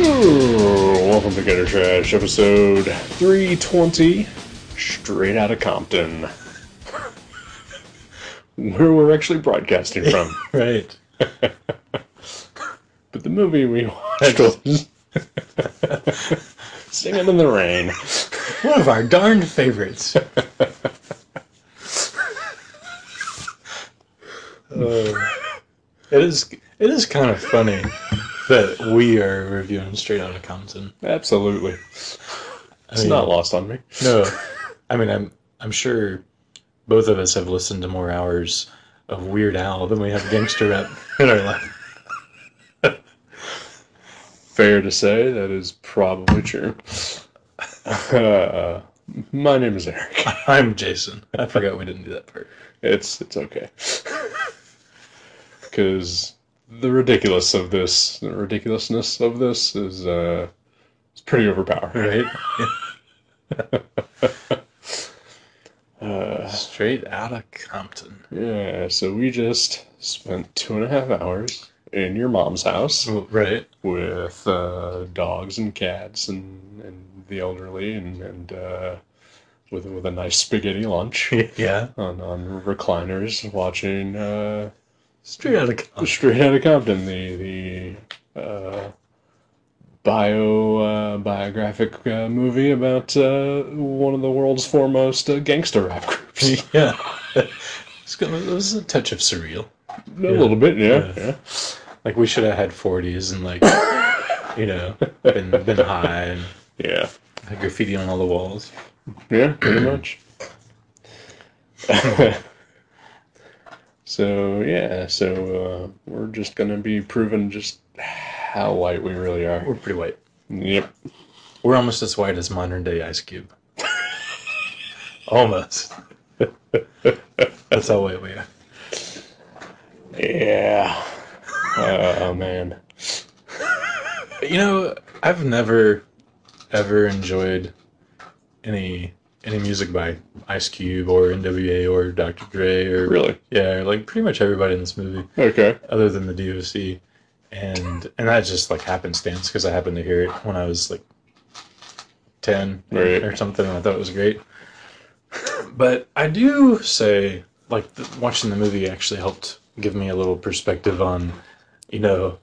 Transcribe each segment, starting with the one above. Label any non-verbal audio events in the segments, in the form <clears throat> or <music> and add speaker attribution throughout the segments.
Speaker 1: Welcome to Gutter Trash, episode 320, straight out of Compton, where we're actually broadcasting from.
Speaker 2: Right.
Speaker 1: But the movie we watched was <laughs> Singing in the Rain.
Speaker 2: One of our darned <laughs> favorites. Uh, it is it is kind of funny that we are reviewing straight out of Compton.
Speaker 1: Absolutely. It's
Speaker 2: I mean,
Speaker 1: not lost on me.
Speaker 2: No. I mean I'm I'm sure both of us have listened to more hours of Weird Al than we have gangster rap in our life. <laughs>
Speaker 1: Fair to say, that is probably true. <laughs> Uh, my name is Eric.
Speaker 2: I'm Jason. I forgot we didn't do that part.
Speaker 1: It's it's okay. Because the ridiculous of this, the ridiculousness of this is uh, it's pretty overpowering.
Speaker 2: Right?
Speaker 1: Uh,
Speaker 2: Straight out of Compton.
Speaker 1: yeah. So we just spent two and a half hours in your mom's house
Speaker 2: Oh, Right.
Speaker 1: with uh, dogs and cats and, and the elderly and and uh, with with a nice spaghetti lunch
Speaker 2: <laughs> Yeah.
Speaker 1: on on recliners watching. Uh,
Speaker 2: Straight out of Compton.
Speaker 1: Straight <laughs> out of Compton, the the uh, bio uh, biographic uh, movie about uh, one of the world's foremost uh, gangster rap <laughs> groups.
Speaker 2: yeah. <laughs> It's gonna, it was a touch of surreal.
Speaker 1: <laughs> A little bit, yeah.
Speaker 2: Yeah.
Speaker 1: yeah.
Speaker 2: Like we should have had forties and like, you know, been been high and
Speaker 1: Yeah.
Speaker 2: had graffiti on all the walls.
Speaker 1: Yeah, pretty much. <laughs> so yeah, so uh, we're just gonna be proving just how white we really are.
Speaker 2: We're pretty white.
Speaker 1: Yep.
Speaker 2: We're almost as white as modern day Ice Cube. <laughs> almost. <laughs> That's how white we are.
Speaker 1: Yeah. <laughs> Uh, oh man.
Speaker 2: But, you know, I've never ever enjoyed any any music by Ice Cube or NWA or Dr. Dre or
Speaker 1: Really?
Speaker 2: yeah, like pretty much everybody in this movie.
Speaker 1: Okay.
Speaker 2: other than the DOC, and and that just like happenstance because I happened to hear it when I was like ten
Speaker 1: Right.
Speaker 2: or something, and I thought it was great. But I do say like the, watching the movie actually helped give me a little perspective on, you know,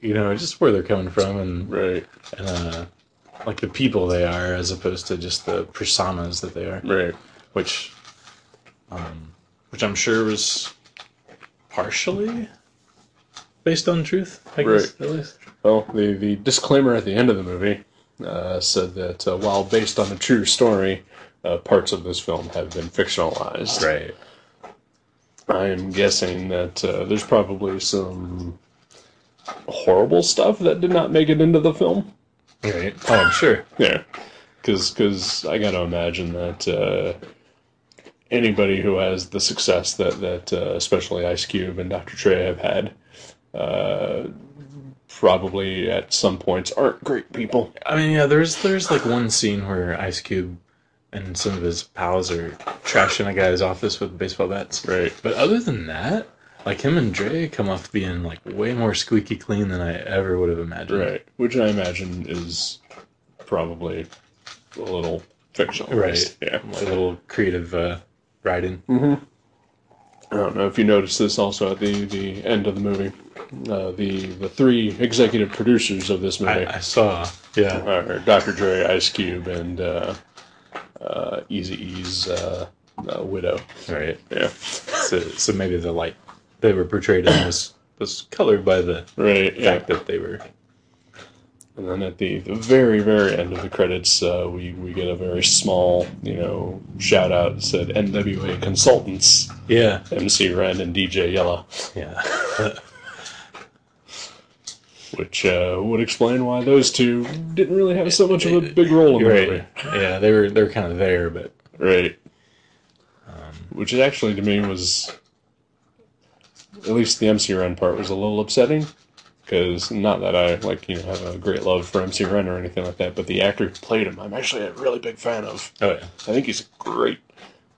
Speaker 2: you know just where they're coming from and
Speaker 1: Right.
Speaker 2: and uh, like the people they are as opposed to just the personas that they are
Speaker 1: Right.
Speaker 2: which um, which I'm sure was partially based on truth, I guess, at least.
Speaker 1: Well, the, the disclaimer at the end of the movie uh, said that uh, while based on a true story, uh, parts of this film have been fictionalized.
Speaker 2: Right.
Speaker 1: I am guessing that uh, there's probably some horrible stuff that did not make it into the film.
Speaker 2: Right. Oh, I'm sure.
Speaker 1: Yeah, because I got to imagine that uh, anybody who has the success that that uh, especially Ice Cube and Dr. Dre have had, uh, probably at some points aren't great people.
Speaker 2: I mean, yeah, there's there's like one scene where Ice Cube and some of his pals are trashing a guy's office with baseball bats.
Speaker 1: Right.
Speaker 2: But other than that, like him and Dre come off being like way more squeaky clean than I ever would have imagined.
Speaker 1: Right. Which I imagine is probably a little fictional.
Speaker 2: Right.
Speaker 1: Yeah.
Speaker 2: A little creative uh, writing.
Speaker 1: I don't know if you noticed this also at the, the end of the movie. Uh, the the three executive producers of this movie
Speaker 2: I, I saw. Yeah.
Speaker 1: are Dr. Dre, Ice Cube, and uh, uh, Easy E's uh, uh, widow.
Speaker 2: Right.
Speaker 1: Yeah.
Speaker 2: So, so maybe the light they were portrayed in was was colored by the
Speaker 1: Right. Yeah.
Speaker 2: fact that they were
Speaker 1: And then at the, the very, very end of the credits, uh, we, we get a very small, you know, shout out that said NWA Consultants,
Speaker 2: yeah
Speaker 1: MC Ren and DJ Yella.
Speaker 2: yeah
Speaker 1: which uh, would explain why those two didn't really have so much of a big role in the movie.
Speaker 2: right yeah they were they were kind of there but um,
Speaker 1: Right. Which is actually to me was, at least the MC Ren part was a little upsetting, because not that I like you know have a great love for MC Ren or anything like that, but the actor who played him, I'm actually a really big fan of.
Speaker 2: oh yeah
Speaker 1: I think he's great,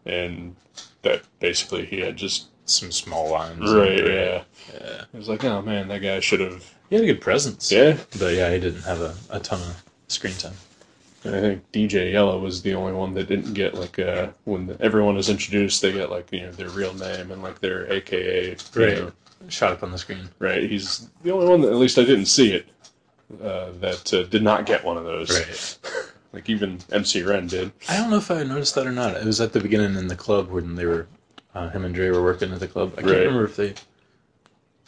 Speaker 1: and that basically he had just
Speaker 2: some small lines.
Speaker 1: Right, yeah.
Speaker 2: yeah.
Speaker 1: It was like, oh man, that guy should have.
Speaker 2: He had a good presence.
Speaker 1: Yeah,
Speaker 2: But yeah, he didn't have a, a ton of screen time.
Speaker 1: I think DJ Yellow was the only one that didn't get like uh, when the, everyone is introduced, they get like you know their real name and like their AKA. you
Speaker 2: Right.
Speaker 1: know.
Speaker 2: Shot up on the screen.
Speaker 1: right. He's the only one that at least I didn't see it uh, that uh, did not get one of those.
Speaker 2: Right.
Speaker 1: <laughs> Like even MC Ren did.
Speaker 2: I don't know if I noticed that or not. It was at the beginning in the club when they were, uh, him and Dre were working at the club. I can't
Speaker 1: Right.
Speaker 2: remember if they.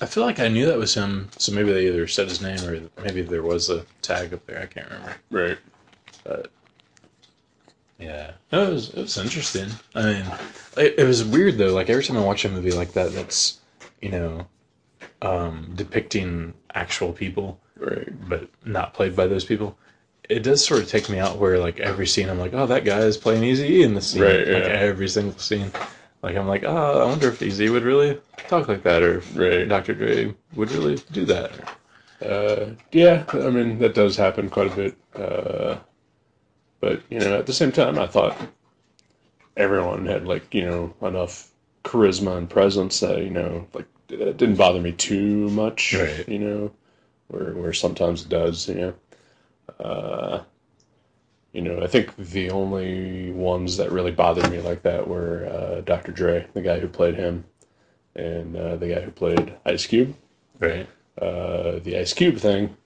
Speaker 2: I feel like I knew that was him, so maybe they either said his name or maybe there was a tag up there. I can't remember.
Speaker 1: Right.
Speaker 2: Yeah, No, it was it was interesting. I mean, it, it was weird though. Like every time I watch a movie like that, that's you know, um, depicting actual people,
Speaker 1: Right.
Speaker 2: but not played by those people. It does sort of take me out where like every scene I'm like, oh, that guy is playing Easy in the scene.
Speaker 1: Right,
Speaker 2: Like
Speaker 1: yeah.
Speaker 2: every single scene, like I'm like, oh, I wonder if Easy would really talk like that, or if
Speaker 1: Right.
Speaker 2: Dr. Dre would really do that.
Speaker 1: Uh, yeah, I mean that does happen quite a bit. Uh, but you know, at the same time, I thought everyone had like you know enough charisma and presence that you know like it didn't bother me too much.
Speaker 2: Right.
Speaker 1: You know, where where sometimes it does. You know. Uh, you know, I think the only ones that really bothered me like that were uh, Dr. Dre, the guy who played him, and uh, the guy who played Ice Cube
Speaker 2: Right.
Speaker 1: uh, the Ice Cube thing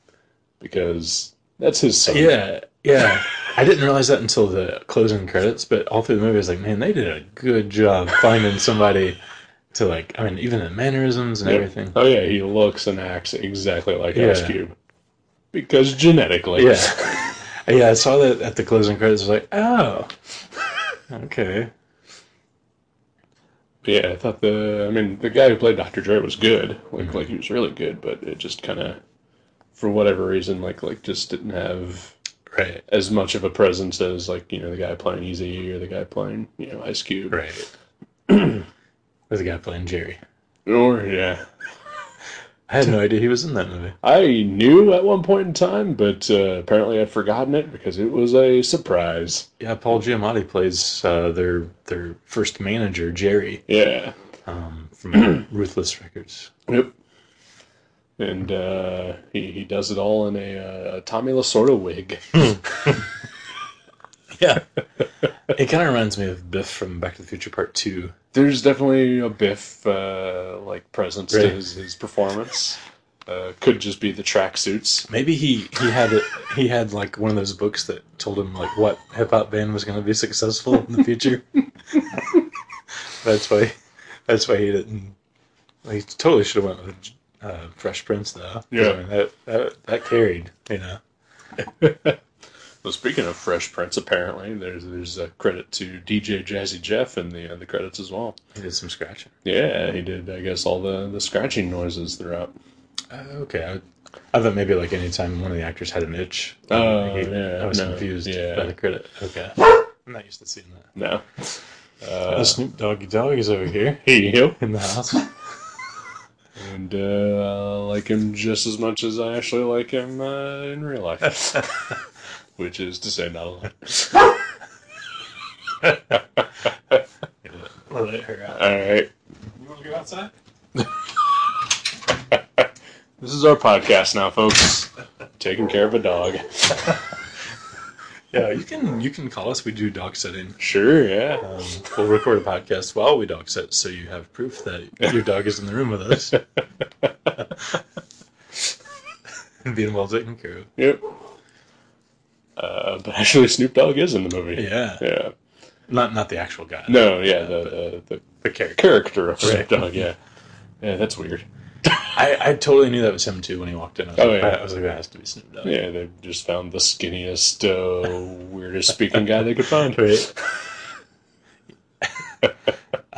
Speaker 1: because that's his son.
Speaker 2: Yeah, yeah. I didn't realize that until the closing credits, but all through the movie, I was like, man, they did a good job finding somebody to like. I mean, even the mannerisms and
Speaker 1: Yep.
Speaker 2: everything.
Speaker 1: Oh yeah, he looks and acts exactly like Ice
Speaker 2: Yeah.
Speaker 1: Cube because genetically.
Speaker 2: Yeah, Uh, yeah. I saw that at the closing credits. I was like, oh, okay.
Speaker 1: <laughs> yeah. I thought the I mean the guy who played Dr. Dre was good. Like like he was really good, but it just kind of for whatever reason like like just didn't have
Speaker 2: Right,
Speaker 1: as much of a presence as like you know the guy playing Easy or the guy playing you know Ice Cube
Speaker 2: right. <clears throat> There's a guy playing Jerry.
Speaker 1: or yeah.
Speaker 2: I had no idea he was in that movie.
Speaker 1: I knew at one point in time, but uh, apparently I'd forgotten it because it was a surprise.
Speaker 2: Yeah, Paul Giamatti plays uh, their their first manager, Jerry,
Speaker 1: Yeah.
Speaker 2: um, from Ruthless Records.
Speaker 1: Yep. And uh, he he does it all in a, uh, a Tommy Lasorda wig.
Speaker 2: Yeah. <laughs> it kind of reminds me of Biff from Back to the Future Part 2.
Speaker 1: There's definitely a Biff uh, like presence to
Speaker 2: Right.
Speaker 1: his, his performance. Uh, could just be the tracksuits.
Speaker 2: Maybe he he had a, he had like one of those books that told him like what hip hop band was going to be successful in the future. <laughs> that's why that's why he didn't. He totally should have went with uh, Fresh Prince though.
Speaker 1: Yeah.
Speaker 2: I mean, that, that that carried, you know.
Speaker 1: Well, speaking of Fresh Prince, apparently there's there's a credit to DJ Jazzy Jeff in the uh, the credits as well.
Speaker 2: He did some scratching.
Speaker 1: Yeah, he did. I guess all the the scratching noises throughout.
Speaker 2: Uh, okay, I, I thought maybe like any time one of the actors had an itch.
Speaker 1: Oh,
Speaker 2: he-
Speaker 1: yeah,
Speaker 2: I was
Speaker 1: no,
Speaker 2: confused
Speaker 1: yeah.
Speaker 2: by the credit. Okay, I'm not used to seeing that.
Speaker 1: No,
Speaker 2: The
Speaker 1: uh,
Speaker 2: Snoop Doggy Dog is over here
Speaker 1: he he-
Speaker 2: in the house.
Speaker 1: and uh, I like him just as much as I actually like him uh, in real
Speaker 2: <laughs>
Speaker 1: life, which is to say, not a lot.
Speaker 2: Let her out.
Speaker 1: All right,
Speaker 2: You want to go outside?
Speaker 1: this is our podcast now, folks. Taking care of a dog.
Speaker 2: Yeah, you can. You can call us. We do dog sitting.
Speaker 1: Sure, yeah.
Speaker 2: Um, we'll record a podcast while we dog sit, so you have proof that your dog is in the room with us and <laughs> being well taken care of.
Speaker 1: Yep. Uh, but actually, Snoop Dogg is in the movie.
Speaker 2: Yeah,
Speaker 1: Yeah.
Speaker 2: not not the actual guy.
Speaker 1: No, yeah, the, the,
Speaker 2: the character.
Speaker 1: the character of Snoop
Speaker 2: Right.
Speaker 1: Dogg, yeah. Yeah, that's weird.
Speaker 2: I, I totally knew that was him too when he walked in. I was
Speaker 1: Oh,
Speaker 2: like,
Speaker 1: yeah.
Speaker 2: I was like, that has to be Snoop Dogg.
Speaker 1: Yeah, they just found the skinniest, uh, weirdest speaking guy they could find.
Speaker 2: Right. <laughs> I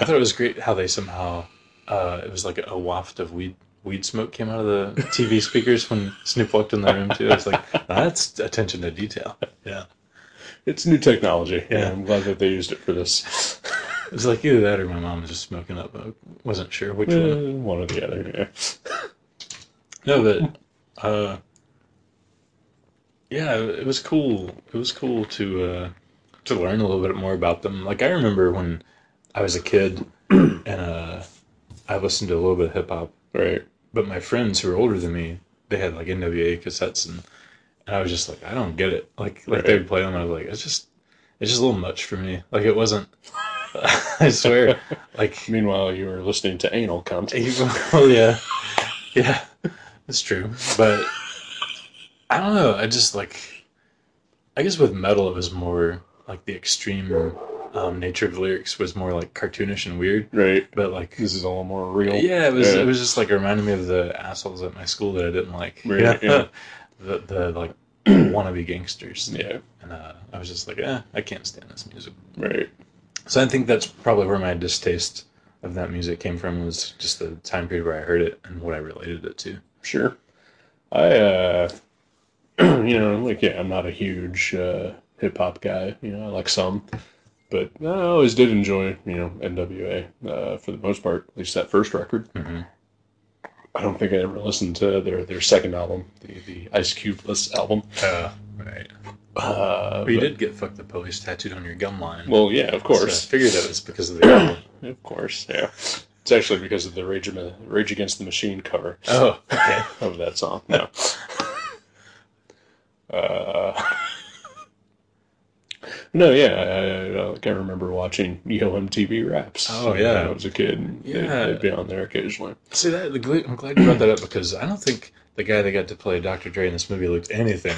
Speaker 2: thought it was great how they somehow uh, it was like a waft of weed weed smoke came out of the <laughs> TV speakers when Snoop walked in the room too. I was like, that's attention to detail. Yeah.
Speaker 1: It's new technology.
Speaker 2: Yeah.
Speaker 1: I'm glad that they used it for this.
Speaker 2: It was like either that or my mom was just smoking up. I wasn't sure which
Speaker 1: Uh,
Speaker 2: one.
Speaker 1: one or the other. Yeah.
Speaker 2: No, but uh, yeah, it was cool. It was cool to uh, to <clears throat> learn a little bit more about them. Like I remember when I was a kid, and uh, I listened to a little bit of hip hop,
Speaker 1: Right.
Speaker 2: but my friends who were older than me, they had like NWA cassettes, and, and I was just like, I don't get it. Like like
Speaker 1: Right.
Speaker 2: they would play them, and I was like, it's just it's just a little much for me. Like it wasn't. <laughs> I swear, like
Speaker 1: Meanwhile, you were listening to anal cunt.
Speaker 2: well, yeah, yeah, it's true. But I don't know. I just like, I guess with metal, it was more like the extreme um, nature of lyrics was more like cartoonish and weird.
Speaker 1: Right.
Speaker 2: But like,
Speaker 1: This is a little more real.
Speaker 2: yeah, it was
Speaker 1: Yeah.
Speaker 2: it was just like reminding me of the assholes at my school that I didn't like.
Speaker 1: Right, yeah.
Speaker 2: <laughs> the the
Speaker 1: <clears throat>
Speaker 2: like wannabe gangsters.
Speaker 1: Yeah.
Speaker 2: And uh, I was just like, eh, I can't stand this music.
Speaker 1: Right.
Speaker 2: So I think that's probably where my distaste of that music came from was just the time period where I heard it and what I related it to.
Speaker 1: Sure. I, uh, <clears throat> you know, like, yeah, I'm not a huge uh, hip hop guy. You know, I like some, but I always did enjoy, you know, NWA uh, for the most part, at least that first record.
Speaker 2: Mhm.
Speaker 1: I don't think I ever listened to their, their second album, the, the Ice Cubeless album.
Speaker 2: Uh, right.
Speaker 1: Uh,
Speaker 2: But Oh, you
Speaker 1: but-
Speaker 2: did uh, get "fuck the police" tattooed on your gum line.
Speaker 1: Well, yeah, of course.
Speaker 2: So I figured that was because of the <coughs> album.
Speaker 1: Of course, yeah. It's actually because of the Rage, Ama- Rage Against the Machine cover
Speaker 2: oh, okay.
Speaker 1: <laughs> of that song. No. uh, <laughs> no, yeah, I, I, like I remember watching E EOMTV raps.
Speaker 2: Oh, yeah.
Speaker 1: when I was a kid. and they'd-
Speaker 2: Yeah.
Speaker 1: they'd be on there occasionally.
Speaker 2: See that? the gl- I'm glad you brought that up because I don't think the guy that got to play Dr. Dre in this movie
Speaker 1: <laughs>
Speaker 2: looked anything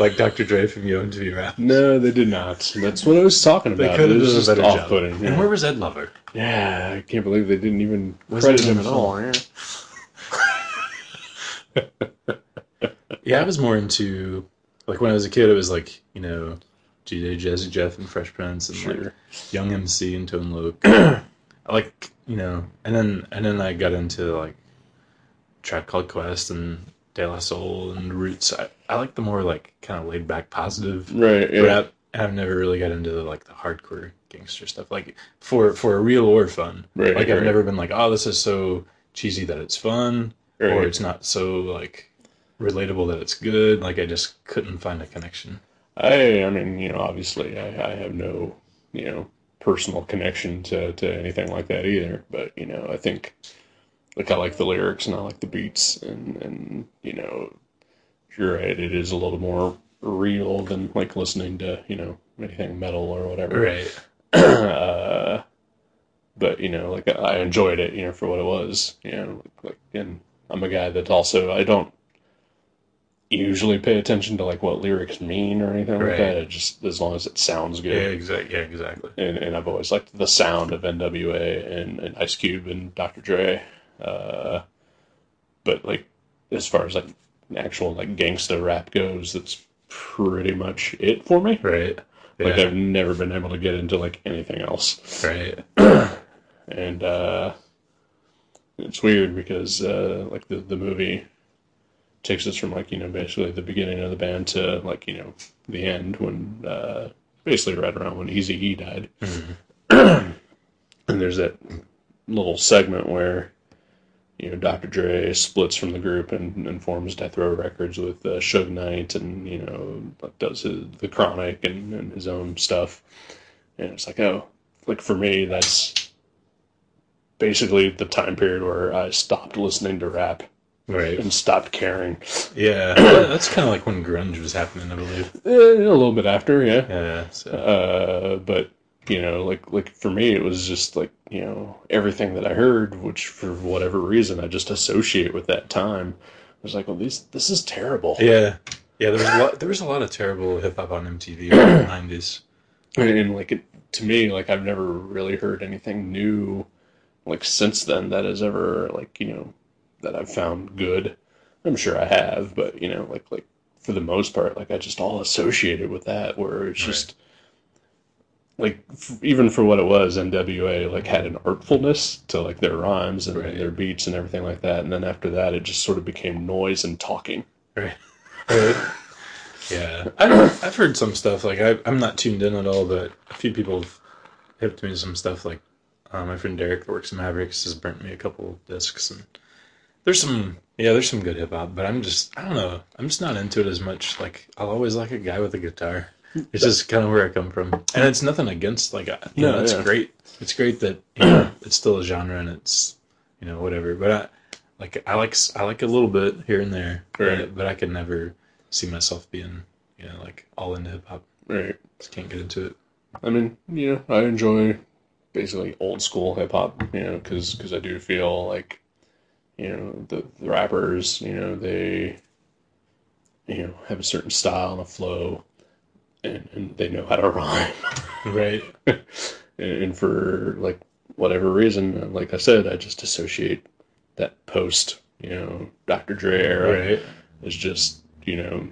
Speaker 2: like Dr. Dre from Yo and TV Rap.
Speaker 1: No, they did not. That's what I was talking
Speaker 2: They
Speaker 1: about.
Speaker 2: could
Speaker 1: It
Speaker 2: have
Speaker 1: was
Speaker 2: done a
Speaker 1: just
Speaker 2: better job.
Speaker 1: off-putting.
Speaker 2: And where
Speaker 1: Yeah.
Speaker 2: was Ed Lover?
Speaker 1: Yeah, I can't believe they didn't even
Speaker 2: Wasn't
Speaker 1: credit
Speaker 2: in
Speaker 1: him
Speaker 2: the
Speaker 1: at
Speaker 2: film.
Speaker 1: all. Yeah.
Speaker 2: Yeah, I was more into like when I was a kid. It was like you know, G.J. Jazzy Jeff and Fresh Prince and like,
Speaker 1: Sure.
Speaker 2: Young MC and Tone Loc.
Speaker 1: <clears throat>
Speaker 2: I like you know, and then and then I got into like Trap Called Quest and De La Soul and Roots. I, I like the more like kind of laid back, positive
Speaker 1: Right, yeah.
Speaker 2: rap. And I've never really got into the, like the hardcore gangster stuff, like for for real or fun.
Speaker 1: Right,
Speaker 2: like I've
Speaker 1: right.
Speaker 2: never been like, oh, this is so cheesy that it's fun, or
Speaker 1: Right.
Speaker 2: it's not so like relatable that it's good. Like I just couldn't find a connection.
Speaker 1: I, I mean, you know, obviously, I, I have no, you know, personal connection to, to anything like that either. But you know, I think, like, I like the lyrics and I like the beats, and and you know, you're right. It is a little more real than like listening to you know anything metal or whatever.
Speaker 2: Right.
Speaker 1: uh, but you know, like I enjoyed it, you know, for what it was. You know, like, and I'm a guy that also I don't usually pay attention to like what lyrics mean or anything like
Speaker 2: Right.
Speaker 1: that. It just as long as it sounds
Speaker 2: Yeah.
Speaker 1: good.
Speaker 2: Exactly. Yeah. Exactly.
Speaker 1: And, and I've always liked the sound of NWA and, and Ice Cube and Dr. Dre. Uh, but like as far as like actual like gangsta rap goes, that's pretty much it for me.
Speaker 2: Right.
Speaker 1: Like
Speaker 2: Yeah.
Speaker 1: I've never been able to get into like anything else
Speaker 2: Right.
Speaker 1: and uh, it's weird because uh, like the the movie takes us from like you know basically the beginning of the band to like you know the end when uh, basically right around when Easy E died,
Speaker 2: Mm-hmm.
Speaker 1: and there's that little segment where you know Dr. Dre splits from the group and, and forms Death Row Records with uh, Suge Knight and you know like does his, the Chronic and, and his own stuff, and it's like oh like for me that's basically the time period where I stopped listening to rap
Speaker 2: Right.
Speaker 1: and stopped caring.
Speaker 2: Yeah. That's kind of like when grunge was happening, I believe.
Speaker 1: Eh, a little bit after, yeah.
Speaker 2: Yeah. So.
Speaker 1: Uh, but you know, like like for me, it was just like you know everything that I heard, which for whatever reason I just associate with that time. I was like, well, these this is terrible.
Speaker 2: Yeah. Yeah. There was a lot. There was a lot of terrible hip hop on MTV in the nineties.
Speaker 1: And, and, like it, to me, like I've never really heard anything new, like since then that has ever like you know that I've found good. I'm sure I have, but you know, like like for the most part, like I just all associated with that. Where it's
Speaker 2: Right.
Speaker 1: just like f- even for what it was, NWA like had an artfulness to like their rhymes and
Speaker 2: Right.
Speaker 1: their beats and everything like that. And then after that, it just sort of became noise and talking.
Speaker 2: Right. yeah. I've, I've heard some stuff. Like, I, I'm not tuned in at all, but a few people have hipped me some stuff. Like, uh, my friend Derek that works in Mavericks has burnt me a couple discs. And there's some, yeah, there's some good hip hop, but I'm just, I don't know. I'm just not into it as much. Like, I'll always like a guy with a guitar. It's just kind of where I come from. And it's nothing against, like, I, you
Speaker 1: No,
Speaker 2: know, it's
Speaker 1: yeah.
Speaker 2: great. It's great that you know, it's still a genre and it's, you know, whatever. But I like I like s- I like a little bit here and there,
Speaker 1: Right.
Speaker 2: but, but I could never see myself being you know like all into hip hop.
Speaker 1: Right.
Speaker 2: Just can't get into it.
Speaker 1: I mean, you know, I enjoy basically old school hip hop, you know, because I do feel like, you know, the, the rappers, you know, they, you know, have a certain style and a flow, and, and they know how to <laughs> rhyme.
Speaker 2: Right.
Speaker 1: And, and for like whatever reason, like I said, I just associate that post, you know, Dr. Dre era
Speaker 2: Right.
Speaker 1: is just you know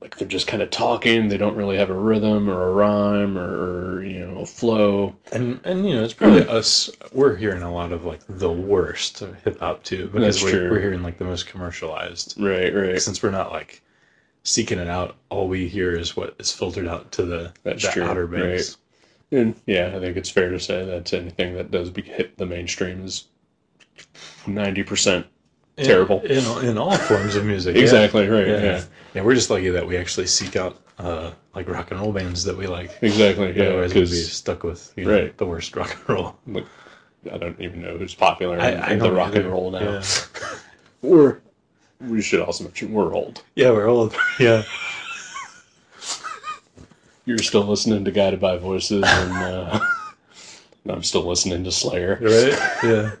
Speaker 1: like they're just kind of talking they don't really have a rhythm or a rhyme or, or, you know a flow
Speaker 2: And and you know, it's probably us. We're hearing a lot of like the worst hip hop too, because
Speaker 1: That's
Speaker 2: we're
Speaker 1: true.
Speaker 2: we're hearing like the most commercialized.
Speaker 1: right right
Speaker 2: Since we're not like seeking it out, all we hear is what is filtered out to the,
Speaker 1: That's
Speaker 2: the
Speaker 1: true,
Speaker 2: outer banks.
Speaker 1: and yeah i think it's fair to say that anything that does be hit the mainstream is 90%
Speaker 2: In-
Speaker 1: Terrible.
Speaker 2: in, all- in all forms
Speaker 1: <laughs>
Speaker 2: of music. yeah.
Speaker 1: exactly right yeah,
Speaker 2: Yeah. Yeah, we're just lucky that we actually seek out uh, like rock and roll bands that we like.
Speaker 1: exactly yeah
Speaker 2: Otherwise, we'd be
Speaker 1: because
Speaker 2: stuck with you know,
Speaker 1: Right.
Speaker 2: the worst rock and roll.
Speaker 1: i don't even know who's popular in,
Speaker 2: I- I
Speaker 1: in the
Speaker 2: don't
Speaker 1: rock and
Speaker 2: either.
Speaker 1: roll now
Speaker 2: Yeah.
Speaker 1: <laughs> we're we should also mention we're old
Speaker 2: <laughs> Yeah, we're old. Yeah,
Speaker 1: you're still listening to guided by voices and uh, <laughs> i'm still listening to slayer
Speaker 2: <laughs> right. Yeah.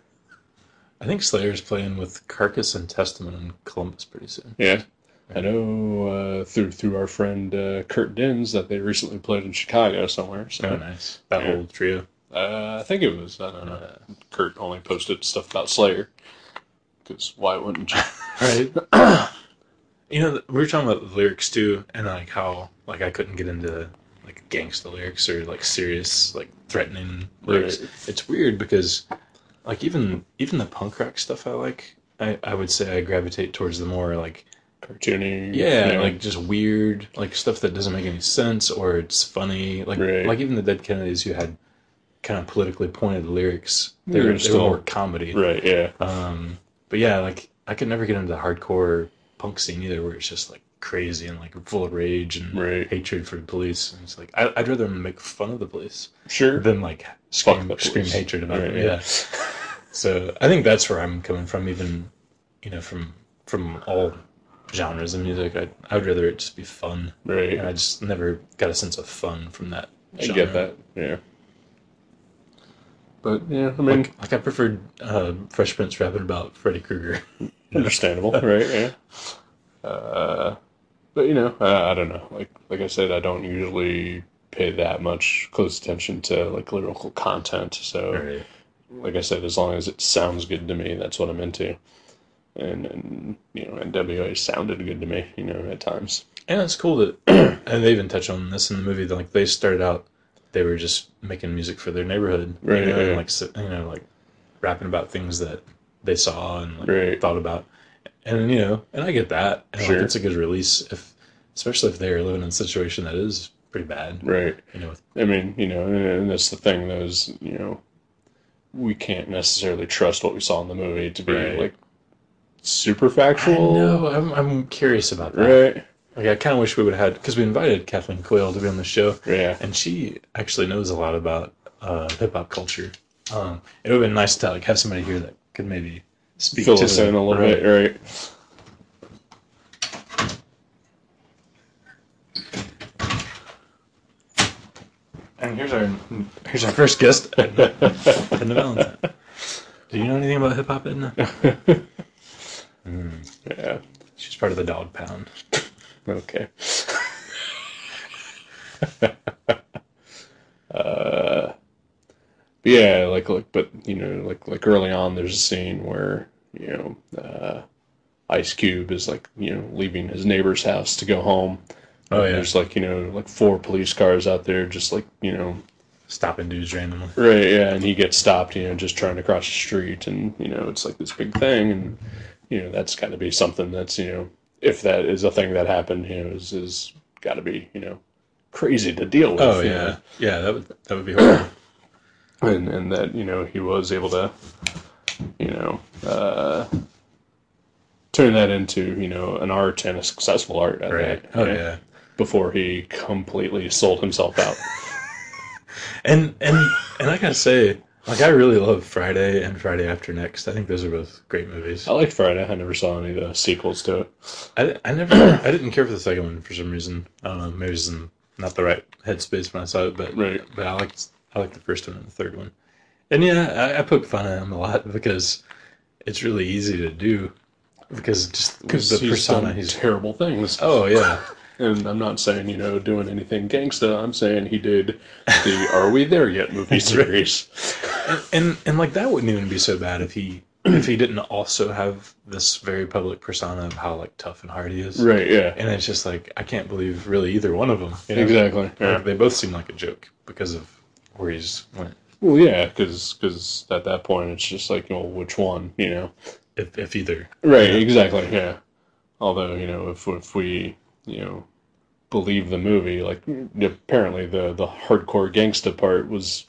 Speaker 2: I think Slayer's playing with Carcass and Testament in Columbus pretty soon.
Speaker 1: Yeah. I know uh, through through our friend uh, Kurt Dins that they recently played in Chicago somewhere.
Speaker 2: Oh,
Speaker 1: So
Speaker 2: nice. That
Speaker 1: Yeah.
Speaker 2: old trio.
Speaker 1: uh, I think it was I don't know.
Speaker 2: Uh,
Speaker 1: Kurt only posted stuff about Slayer because why wouldn't you?
Speaker 2: right. <clears throat> you know, we were talking about the lyrics too, and like how like I couldn't get into like gangsta lyrics or like serious like threatening lyrics.
Speaker 1: Right.
Speaker 2: It's weird because like even even the punk rock stuff I like, I I would say I gravitate towards the more like
Speaker 1: Cartooning,
Speaker 2: yeah,
Speaker 1: you know,
Speaker 2: like just weird like stuff that doesn't make any sense or it's funny. Like
Speaker 1: Right.
Speaker 2: like even the Dead Kennedys who had kind of politically pointed lyrics. They
Speaker 1: They're
Speaker 2: were, they were
Speaker 1: still-
Speaker 2: more comedy.
Speaker 1: right, yeah,
Speaker 2: Um, but yeah, like I could never get into the hardcore punk scene either, where it's just like crazy and like full of rage and
Speaker 1: right,
Speaker 2: hatred for the police. And it's like I, I'd rather make fun of the police
Speaker 1: sure,
Speaker 2: than like scream,
Speaker 1: the police.
Speaker 2: scream hatred about
Speaker 1: Right,
Speaker 2: them. Yeah. so I think that's where I'm coming from, even you know from from all genres of music. I I would rather it just be fun.
Speaker 1: right.
Speaker 2: And I just never got a sense of fun from that.
Speaker 1: I
Speaker 2: genre.
Speaker 1: get that, yeah. But yeah, I mean,
Speaker 2: Like, like I preferred uh, Fresh Prince rapping about Freddy Krueger.
Speaker 1: <laughs> understandable, right? Yeah. Uh, but you know, uh, I don't know. Like like I said, I don't usually pay that much close attention to like lyrical content. So like I said, as long as it sounds good to me, that's what I'm into. And, and you know, NWA sounded good to me. You know, at times.
Speaker 2: And it's cool that, <clears throat> and they even touch on this in the movie. That, like they started out, they were just making music for their neighborhood, you
Speaker 1: Right,
Speaker 2: know, and,
Speaker 1: right.
Speaker 2: like s- you know, like rapping about things that they saw and like
Speaker 1: Right.
Speaker 2: thought about, and you know, and I get that. And,
Speaker 1: Sure.
Speaker 2: like, it's a good release if, especially if they are living in a situation that is pretty bad,
Speaker 1: Right.
Speaker 2: you know, with,
Speaker 1: I mean, you know, and, and that's the thing. Those you know, we can't necessarily trust what we saw in the movie to be
Speaker 2: Right.
Speaker 1: like super factual.
Speaker 2: I know, I'm I'm curious about that.
Speaker 1: Right.
Speaker 2: Like I kind of wish we would have had because we invited Kathleen Quayle to be on the show.
Speaker 1: Yeah.
Speaker 2: and she actually knows a lot about uh, hip hop culture. Um, it would have been nice to like have somebody here that could maybe speak
Speaker 1: fill
Speaker 2: to
Speaker 1: us
Speaker 2: the-
Speaker 1: in a little
Speaker 2: right.
Speaker 1: bit, right?
Speaker 2: And here's our here's our first guest, Edna, Edna Valentine. Do you know anything about hip hop, Edna?
Speaker 1: Yeah.
Speaker 2: She's part of the Dog Pound.
Speaker 1: Okay. <laughs> uh, yeah, like, like, but you know, like, like early on, there's a scene where you know, uh, Ice Cube is like, you know, leaving his neighbor's house to go home.
Speaker 2: Oh,
Speaker 1: And
Speaker 2: yeah.
Speaker 1: There's like, you know, like four police cars out there, just like, you know,
Speaker 2: Stopping dudes randomly.
Speaker 1: Right, yeah, and he gets stopped, you know, just trying to cross the street, and you know, it's like this big thing, and you know, that's got to be something that's you know, if that is a thing that happened, you know, is is got to be you know, crazy to deal with.
Speaker 2: Oh
Speaker 1: you
Speaker 2: yeah, yeah. That would that would be horrible.
Speaker 1: know, and and that you know he was able to, you know, uh, turn that into you know an art and a successful art. At
Speaker 2: right.
Speaker 1: That,
Speaker 2: Oh
Speaker 1: you know,
Speaker 2: yeah.
Speaker 1: Before he completely sold himself out.
Speaker 2: And and and I gotta say, Like I really love Friday and Friday After Next. I think those are both great movies.
Speaker 1: I liked Friday. I never saw any of the sequels to it.
Speaker 2: I, I never I didn't care for the second one for some reason. I don't know. Maybe it was in not the right headspace when I saw it, but
Speaker 1: Right.
Speaker 2: but I liked I liked the first one and the third one. And yeah, I, I poke fun at him a lot because it's really easy to do because just with
Speaker 1: Because
Speaker 2: the
Speaker 1: he's
Speaker 2: persona
Speaker 1: done
Speaker 2: he's
Speaker 1: terrible things.
Speaker 2: oh yeah
Speaker 1: And I'm not saying, you know, doing anything gangsta. I'm saying he did the Are We There Yet movie <laughs> series.
Speaker 2: and, and and like that wouldn't even be so bad if he if he didn't also have this very public persona of how like tough and hard he is.
Speaker 1: Right, yeah.
Speaker 2: And it's just like I can't believe really either one of them. you know?
Speaker 1: Exactly.
Speaker 2: Like,
Speaker 1: Yeah.
Speaker 2: they both seem like a joke because of where he's went.
Speaker 1: Well, yeah, because at that point, it's just like, well, which one, you know?
Speaker 2: If, if either,
Speaker 1: Right,
Speaker 2: Yeah.
Speaker 1: exactly, yeah. Although, you know, if, if we, you know, believe the movie, like, apparently the, the hardcore gangsta part was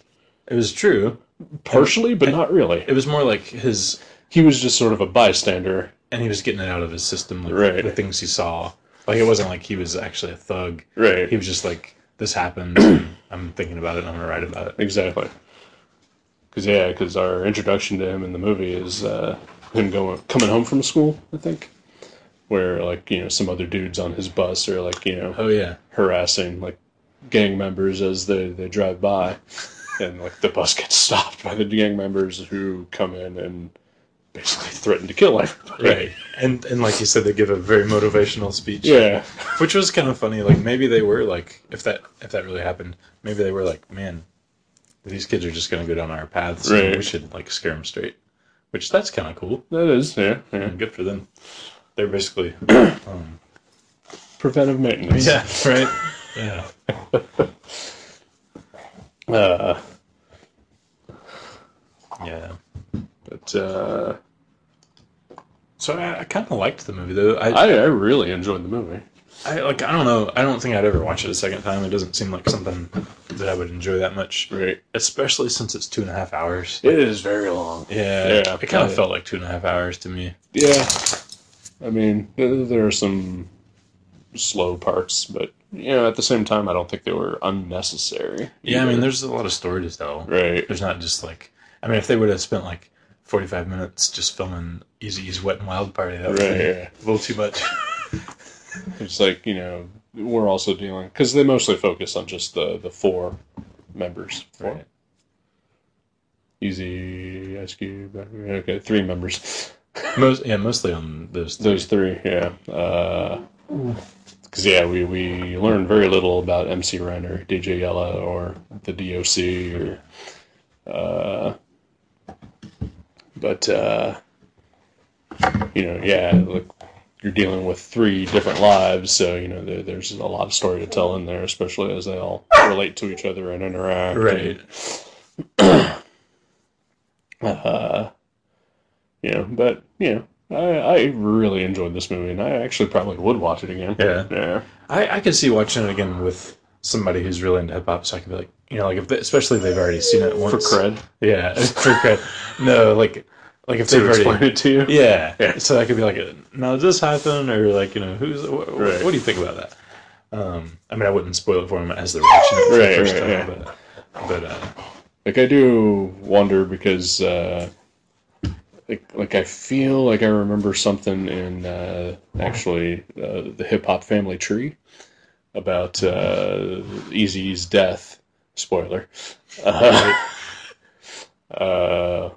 Speaker 2: it was true.
Speaker 1: partially, but not really.
Speaker 2: It was more like his,
Speaker 1: He was just sort of a bystander.
Speaker 2: and he was getting it out of his system, like
Speaker 1: Right.
Speaker 2: the things he saw. Like it wasn't like he was actually a thug. He
Speaker 1: Right.
Speaker 2: was just like, this <clears throat> happened. and I'm thinking about it. and I'm gonna write about it.
Speaker 1: Exactly. Because yeah, because our introduction to him in the movie is uh, him going coming home from school, I think, where like you know some other dudes on his bus are like you know
Speaker 2: Oh yeah,
Speaker 1: harassing like gang members as they they drive
Speaker 2: <laughs>
Speaker 1: by, and like the bus gets stopped by the gang members who come in and basically threaten to kill everybody.
Speaker 2: <laughs> right. And and like you said, they give a very motivational speech.
Speaker 1: Yeah.
Speaker 2: which was kind of funny like maybe they were like if that if that really happened maybe they were like man these kids are just going to go down our paths and
Speaker 1: Right.
Speaker 2: we should like scare them straight which that's kind of cool
Speaker 1: That is yeah. yeah.
Speaker 2: and good for them they're basically <clears throat> um,
Speaker 1: Preventive maintenance.
Speaker 2: yeah <laughs> right yeah
Speaker 1: Uh,
Speaker 2: yeah
Speaker 1: but uh,
Speaker 2: so i, I kind of liked the movie though I, I
Speaker 1: I I really enjoyed the movie.
Speaker 2: like i don't know i don't think i'd ever watch it a second time it doesn't seem like something that i would enjoy that much
Speaker 1: Right.
Speaker 2: especially since it's two and a half hours
Speaker 1: It is very long.
Speaker 2: yeah,
Speaker 1: Yeah,
Speaker 2: it kind
Speaker 1: I-
Speaker 2: of felt like two and a half hours to me
Speaker 1: Yeah. I mean, th- there are some slow parts, but you know, at the same time, I don't think they were unnecessary.
Speaker 2: yeah i mean
Speaker 1: either.
Speaker 2: there's a lot of story to tell
Speaker 1: right.
Speaker 2: There's not just like I mean, if they would have spent like 45 minutes just filming Easy E's Wet and Wild Party, that would
Speaker 1: Right.
Speaker 2: be
Speaker 1: Yeah.
Speaker 2: a little too much.
Speaker 1: It's like you know, we're also dealing because they mostly focus on just the the four members. Four.
Speaker 2: Right.
Speaker 1: Easy Ice Cube. Okay, three members.
Speaker 2: Most yeah, mostly on those. Three.
Speaker 1: Those three. Yeah. Because yeah, we we learned very little about MC Ren or DJ Yella or the DOC or. uh, but uh, you know, yeah, look, you're dealing with three different lives, so you know there, there's a lot of story to tell in there, especially as they all relate to each other and interact.
Speaker 2: Right.
Speaker 1: <clears throat> uh, you know, but you know, I, I really enjoyed this movie, and I actually probably would watch it again.
Speaker 2: Yeah.
Speaker 1: Yeah.
Speaker 2: I I could see watching it again with somebody who's really into hip hop, so I could be like, you know, like if they, especially if they've already seen it once.
Speaker 1: For cred,
Speaker 2: Yeah, <laughs> for cred. No, like like if they've
Speaker 1: to
Speaker 2: already.
Speaker 1: explain it to you.
Speaker 2: Yeah.
Speaker 1: <laughs> Yeah.
Speaker 2: So I could be like, now does this happen? Or like, you know, who's, wh- wh-
Speaker 1: Right.
Speaker 2: what do you think about that? Um, I mean, I wouldn't spoil it for them as they're watching it for
Speaker 1: Right,
Speaker 2: the first
Speaker 1: right,
Speaker 2: time,
Speaker 1: yeah.
Speaker 2: but, but uh,
Speaker 1: Like I do wonder because uh, like like I feel like I remember something in uh, actually uh, the hip hop family tree about uh, Easy's death. Spoiler. <laughs> Uh, uh,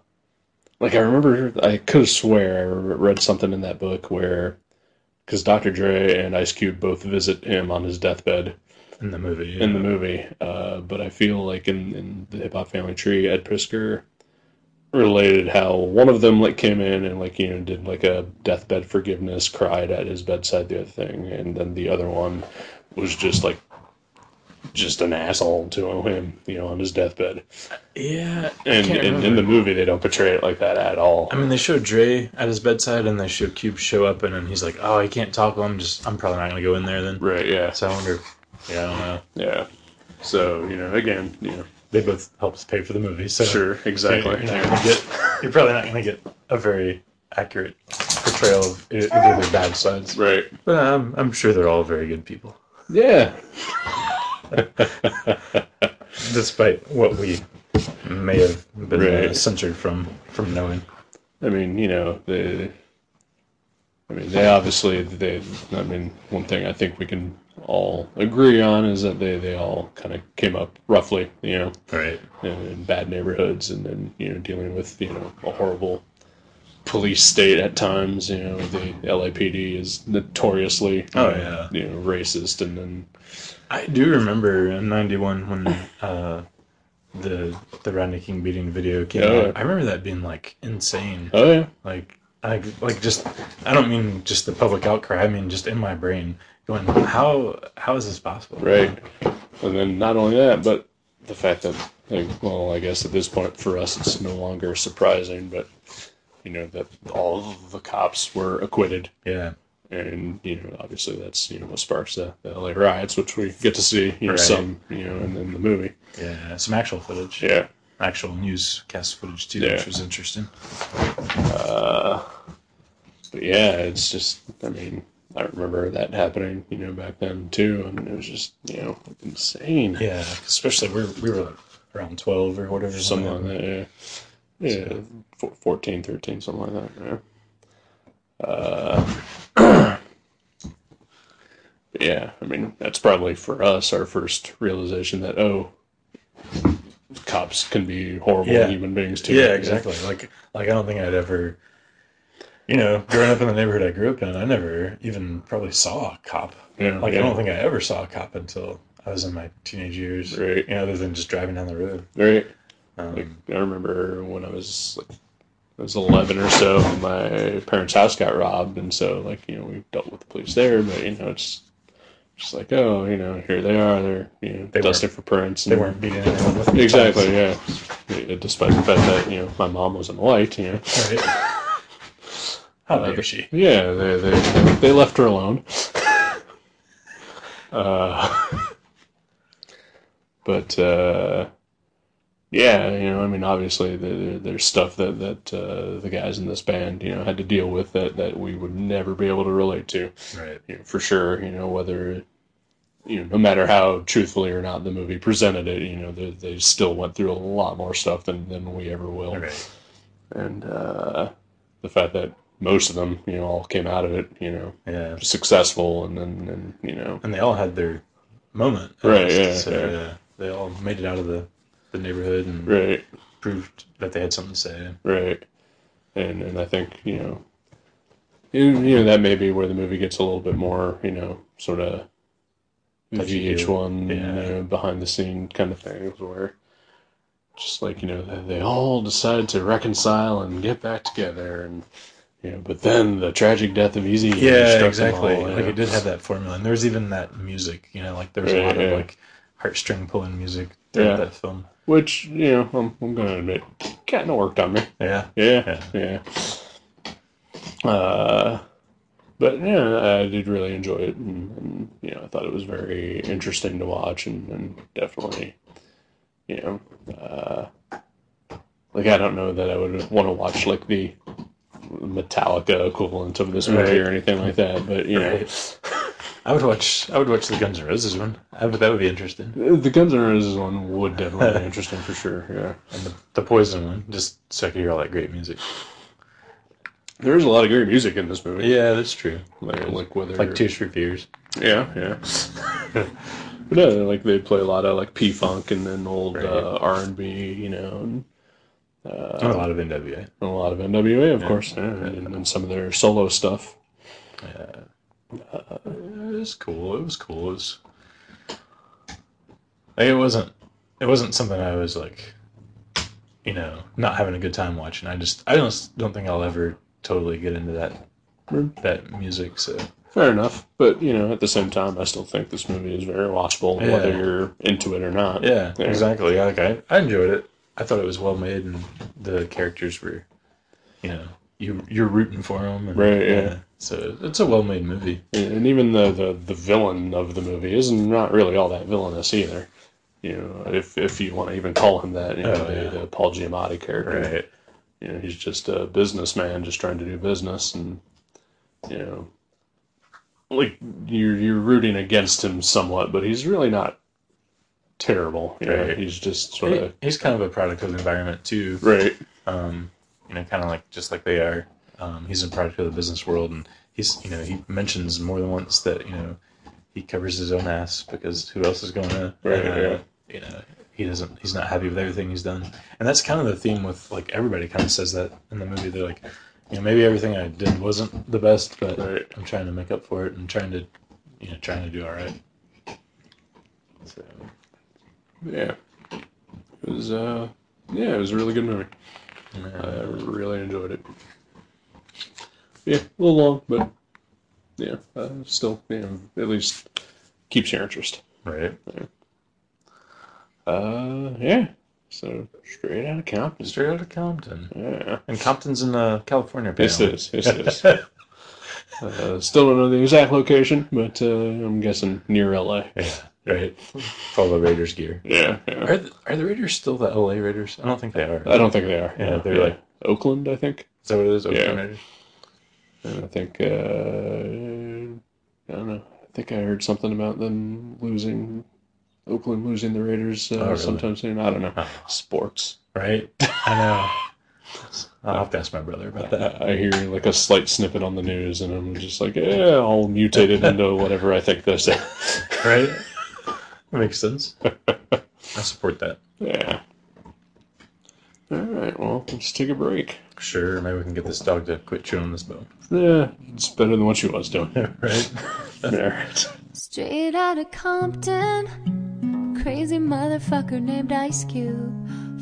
Speaker 1: like I remember, I could swear I re- read something in that book where because Dr. Dre and Ice Cube both visit him on his deathbed
Speaker 2: in the movie. yeah.
Speaker 1: in the movie. Uh, but I feel like in, in the Hip Hop Family Tree, Ed Prisker related how one of them like came in and like you know did like a deathbed forgiveness, cried at his bedside, the other thing, and then the other one was just like just an asshole to him, you know, on his deathbed.
Speaker 2: Yeah, I
Speaker 1: And
Speaker 2: can't
Speaker 1: in, in
Speaker 2: remember.
Speaker 1: the movie, they don't portray it like that at all.
Speaker 2: I mean, they show Dre at his bedside, and they show Cube show up, and then he's like, "Oh, I can't talk. I'm just, I'm probably not gonna go in there then."
Speaker 1: Right? Yeah.
Speaker 2: So I wonder. if- Yeah, I don't know.
Speaker 1: Yeah. So you know, again, you know,
Speaker 2: They both helped pay for the movie, so
Speaker 1: sure,
Speaker 2: You're,
Speaker 1: exactly.
Speaker 2: you're not gonna get. You're probably not gonna get a very accurate portrayal of either of their bad sides.
Speaker 1: Right.
Speaker 2: But um, I'm, I'm sure they're all very good people,
Speaker 1: Yeah.
Speaker 2: despite what we may have been uh,
Speaker 1: Right.
Speaker 2: censored from from knowing.
Speaker 1: I mean, you know, they. I mean, they obviously they. I mean, one thing I think we can all agree on is that they they all kind of came up roughly, you know,
Speaker 2: Right.
Speaker 1: in, in bad neighborhoods, and then you know dealing with you know a horrible police state at times. You know, the LAPD is notoriously
Speaker 2: Oh,
Speaker 1: you know,
Speaker 2: yeah.
Speaker 1: you know racist, and then
Speaker 2: I do remember in '91 when uh, the the Rodney King beating video came
Speaker 1: Yeah.
Speaker 2: out. I remember that being like insane.
Speaker 1: oh yeah,
Speaker 2: Like I like just I don't mean just the public outcry. I mean just in my brain going how how is this possible?
Speaker 1: Right. And then not only that, but the fact that, like, well, I guess at this point for us it's no longer surprising, but, you know, that all of the cops were acquitted.
Speaker 2: Yeah.
Speaker 1: And, you know, obviously that's, you know, what sparks the, the LA riots, which we get to see, you know,
Speaker 2: Right.
Speaker 1: some, you know, in, in the movie.
Speaker 2: Yeah. Some actual footage.
Speaker 1: Yeah.
Speaker 2: Actual newscast footage too,
Speaker 1: Yeah.
Speaker 2: which was interesting.
Speaker 1: But yeah, it's just, I mean, I remember that happening, you know, back then too. And it was just, you know, insane.
Speaker 2: Yeah. Especially we we were like around 12 or whatever.
Speaker 1: something
Speaker 2: when
Speaker 1: like that. Yeah, yeah, four- 14, 13, something like that. Yeah. Uh, but <clears throat> yeah, I mean that's probably for us our first realization that oh, cops can be horrible
Speaker 2: Yeah.
Speaker 1: human beings too.
Speaker 2: Yeah, exactly. Like, like I don't think I'd ever, you know, growing up in the neighborhood I grew up in, I never even probably saw a cop.
Speaker 1: Yeah,
Speaker 2: Like,
Speaker 1: yeah.
Speaker 2: I don't think I ever saw a cop until I was in my teenage years.
Speaker 1: Right.
Speaker 2: You know, other than just driving down the road.
Speaker 1: Right.
Speaker 2: Um,
Speaker 1: Like I remember when I was like I was eleven or so, my parents' house got robbed, and so like you know we dealt with the police there, but you know it's just like oh you know here they are they're you know
Speaker 2: They
Speaker 1: dusting for prints.
Speaker 2: they
Speaker 1: and-
Speaker 2: weren't beating anyone with
Speaker 1: exactly yeah. Yeah, Despite the fact that you know my mom wasn't white, you know <laughs>
Speaker 2: Right. How dare she?
Speaker 1: yeah they they they left her alone. <laughs> Uh, <laughs> but uh, yeah, you know, I mean, obviously the, the, there's stuff that that uh, the guys in this band, you know, had to deal with that that we would never be able to relate to,
Speaker 2: Right.
Speaker 1: you know, for sure. You know, whether you know, no matter how truthfully or not the movie presented it, you know, they, they still went through a lot more stuff than than we ever will,
Speaker 2: Right.
Speaker 1: and uh, the fact that most of them, you know, all came out of it, you know,
Speaker 2: Yeah.
Speaker 1: successful, and then and you know,
Speaker 2: And they all had their moment. at
Speaker 1: Right,
Speaker 2: least.
Speaker 1: yeah,
Speaker 2: So,
Speaker 1: yeah.
Speaker 2: uh, they all made it out of the, the neighborhood and
Speaker 1: right.
Speaker 2: proved that they had something to say.
Speaker 1: Right. And and I think, you know, you, you know, that may be where the movie gets a little bit more, you know, sort of
Speaker 2: Touchy-feely.
Speaker 1: VH1
Speaker 2: Yeah.
Speaker 1: you know, behind the scene kind of things where just like, you know, they, they all decide to reconcile and get back together and you know, but then the tragic death of Easy struck
Speaker 2: Yeah,
Speaker 1: them
Speaker 2: exactly.
Speaker 1: all, you
Speaker 2: like
Speaker 1: know.
Speaker 2: it did have that formula, and there was even that music. You know, like there was a
Speaker 1: Right,
Speaker 2: lot
Speaker 1: yeah.
Speaker 2: of like heartstring pulling music throughout
Speaker 1: Yeah.
Speaker 2: that film.
Speaker 1: which, you know, I'm, I'm going to admit kind of worked on me.
Speaker 2: Yeah,
Speaker 1: Yeah, yeah. Uh, but yeah, I did really enjoy it, and, and you know, I thought it was very interesting to watch, and, and definitely, you know, uh, like I don't know that I would want to watch like the Metallica equivalent of this movie or anything like that, but you know,
Speaker 2: Right. I would watch. I would watch the Guns N' Roses one. I would, that would be interesting.
Speaker 1: the Guns N' Roses one would definitely be interesting for sure. Yeah,
Speaker 2: And the, the Poison one, just so I could hear all that great music.
Speaker 1: there's a lot of great music in this movie.
Speaker 2: Yeah, that's true.
Speaker 1: Like, like whether
Speaker 2: Like Tears for Fears.
Speaker 1: Yeah, yeah. but <laughs> no, like they play a lot of like P funk and then old
Speaker 2: Right.
Speaker 1: uh, R and B, you know, and, uh,
Speaker 2: a lot of NWA.
Speaker 1: and a lot of NWA, of course, yeah, and, and some of their solo stuff.
Speaker 2: It was cool. It was cool. It was. Like, it wasn't. It wasn't something I was like, you know, not having a good time watching. I just. I don't. Don't think I'll ever totally get into that.
Speaker 1: Mm.
Speaker 2: That music. So
Speaker 1: Fair enough, but you know, at the same time, I still think this movie is very watchable,
Speaker 2: Yeah.
Speaker 1: whether you're into it or not.
Speaker 2: yeah,
Speaker 1: Yeah.
Speaker 2: exactly. Like I, I enjoyed it. I thought it was well made, and the characters were, you know, you you're rooting for them. And,
Speaker 1: Right, yeah.
Speaker 2: So it's a well made movie.
Speaker 1: And, and even the, the the villain of the movie is not really all that villainous either. You know, if if you want to even call him that, you know,
Speaker 2: Oh,
Speaker 1: the,
Speaker 2: yeah.
Speaker 1: the Paul Giamatti character. you know, he's just a businessman just trying to do business and you know like you're you're rooting against him somewhat, but he's really not terrible. You know,
Speaker 2: Right.
Speaker 1: He's just sort
Speaker 2: He,
Speaker 1: of
Speaker 2: he's kind of a product of the environment too.
Speaker 1: right.
Speaker 2: um, you know, kind of like just like they are. Um, he's a product of the business world, and he's you know he mentions more than once that you know he covers his own ass because who else is going to
Speaker 1: Right, yeah.
Speaker 2: you know he doesn't he's not happy with everything he's done, and that's kind of the theme with like everybody kind of says that in the movie. They're like, you know, maybe everything I did wasn't the best, but
Speaker 1: Right.
Speaker 2: I'm trying to make up for it and trying to you know trying to do all right. So,
Speaker 1: Yeah. It was uh yeah, it was a really good movie. I
Speaker 2: yeah.
Speaker 1: really enjoyed it. Yeah, a little long, but yeah, uh, still, yeah, at least keeps your interest.
Speaker 2: right,
Speaker 1: Uh, yeah. So straight out of Compton.
Speaker 2: straight out of Compton,
Speaker 1: Yeah,
Speaker 2: and Compton's in uh, California.
Speaker 1: yes it
Speaker 2: apparently.
Speaker 1: is. Yes it
Speaker 2: <laughs>
Speaker 1: is. Uh, still don't know the exact location, but uh, I'm guessing near LA.
Speaker 2: Yeah, right. Follow Raiders gear.
Speaker 1: Yeah, yeah.
Speaker 2: Are the, are the Raiders still the LA Raiders? I don't think they are.
Speaker 1: I don't think they are.
Speaker 2: Yeah, they're like-
Speaker 1: Oakland, I think.
Speaker 2: Is that what it is? Oakland
Speaker 1: Yeah.
Speaker 2: Raiders?
Speaker 1: And I think uh, I don't know. I think I heard something about them losing Oakland losing the Raiders uh,
Speaker 2: Oh, really?
Speaker 1: sometime soon. I don't know.
Speaker 2: Oh.
Speaker 1: Sports.
Speaker 2: Right? <laughs> I know. <laughs> I'll have to ask my brother about that.
Speaker 1: I hear like a slight snippet on the news, and I'm just like, yeah, all mutated into whatever I think they say. <laughs>
Speaker 2: Right? That makes sense. I support that.
Speaker 1: yeah. All right. Well, let's take a break.
Speaker 2: Sure, maybe we can get this dog to quit chewing on this bone.
Speaker 1: Yeah, it's better than what she was doing.
Speaker 2: <laughs>
Speaker 1: <laughs>
Speaker 2: right?
Speaker 1: All right.
Speaker 3: Straight out of Compton, crazy motherfucker named Ice Cube.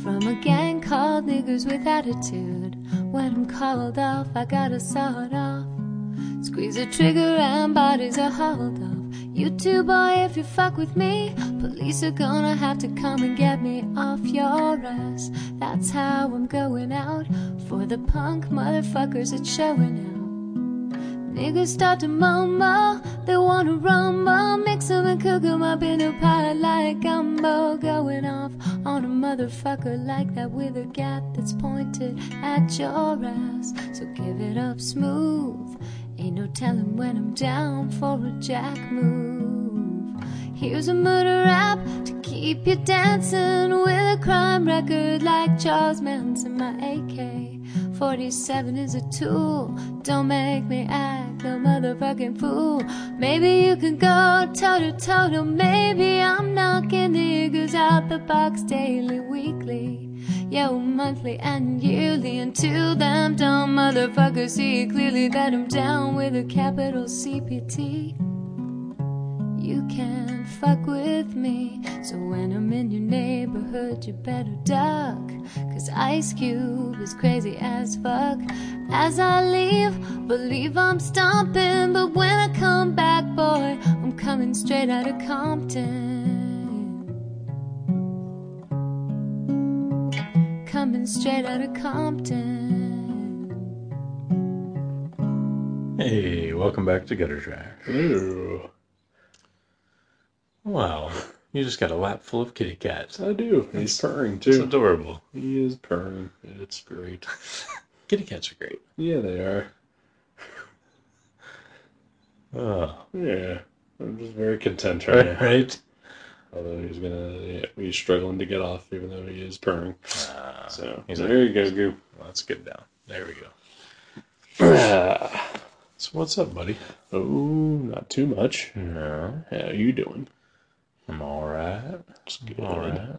Speaker 3: From a gang called Niggers with Attitude. When I'm called off, I gotta saw it off. Squeeze the trigger and bodies are hauled off. You too, boy, if you fuck with me, police are gonna have to come and get me off your ass. That's how I'm going out. For the punk motherfuckers, it's showing out. Niggas start to mumble, they wanna rumble, mix 'em and cook 'em up in a pot like gumbo. Going off on a motherfucker like that with a gap that's pointed at your ass. So give it up smooth, ain't no telling when I'm down for a jack move. Here's a murder rap to keep you dancing with a crime record like Charles Manson, my AK. 47 is a tool, don't make me act a motherfucking fool. Maybe you can go toe to toe, to maybe I'm knocking niggas out the box daily, weekly. Yo, monthly and yearly until them dumb motherfuckers see clearly that I'm down with a capital CPT. You can't fuck with me. So when I'm in your neighborhood, you better duck. Cause Ice Cube is crazy as fuck. As I leave, believe I'm stomping. But when I come back, boy, I'm coming straight out of Compton. Coming straight out of Compton.
Speaker 2: Hey, welcome back to Gutter Drive.
Speaker 1: Ooh,
Speaker 2: Wow. You just got a lap full of kitty cats.
Speaker 1: I do. He's purring
Speaker 2: It's
Speaker 1: too.
Speaker 2: adorable.
Speaker 1: He is purring. It's great.
Speaker 2: Kitty cats are great.
Speaker 1: Yeah, they are.
Speaker 2: Oh,
Speaker 1: Yeah, I'm just very content right now.
Speaker 2: right?
Speaker 1: Although he's gonna, yeah, he's struggling to get off, even though he is purring.
Speaker 2: Ah,
Speaker 1: So
Speaker 2: he's
Speaker 1: there you go, Goop.
Speaker 2: well, that's good now. There we go.
Speaker 1: oh,
Speaker 2: So what's up, buddy?
Speaker 1: not too much.
Speaker 2: No,
Speaker 1: How you doing?
Speaker 2: I'm all right.
Speaker 1: It's good.
Speaker 2: All right.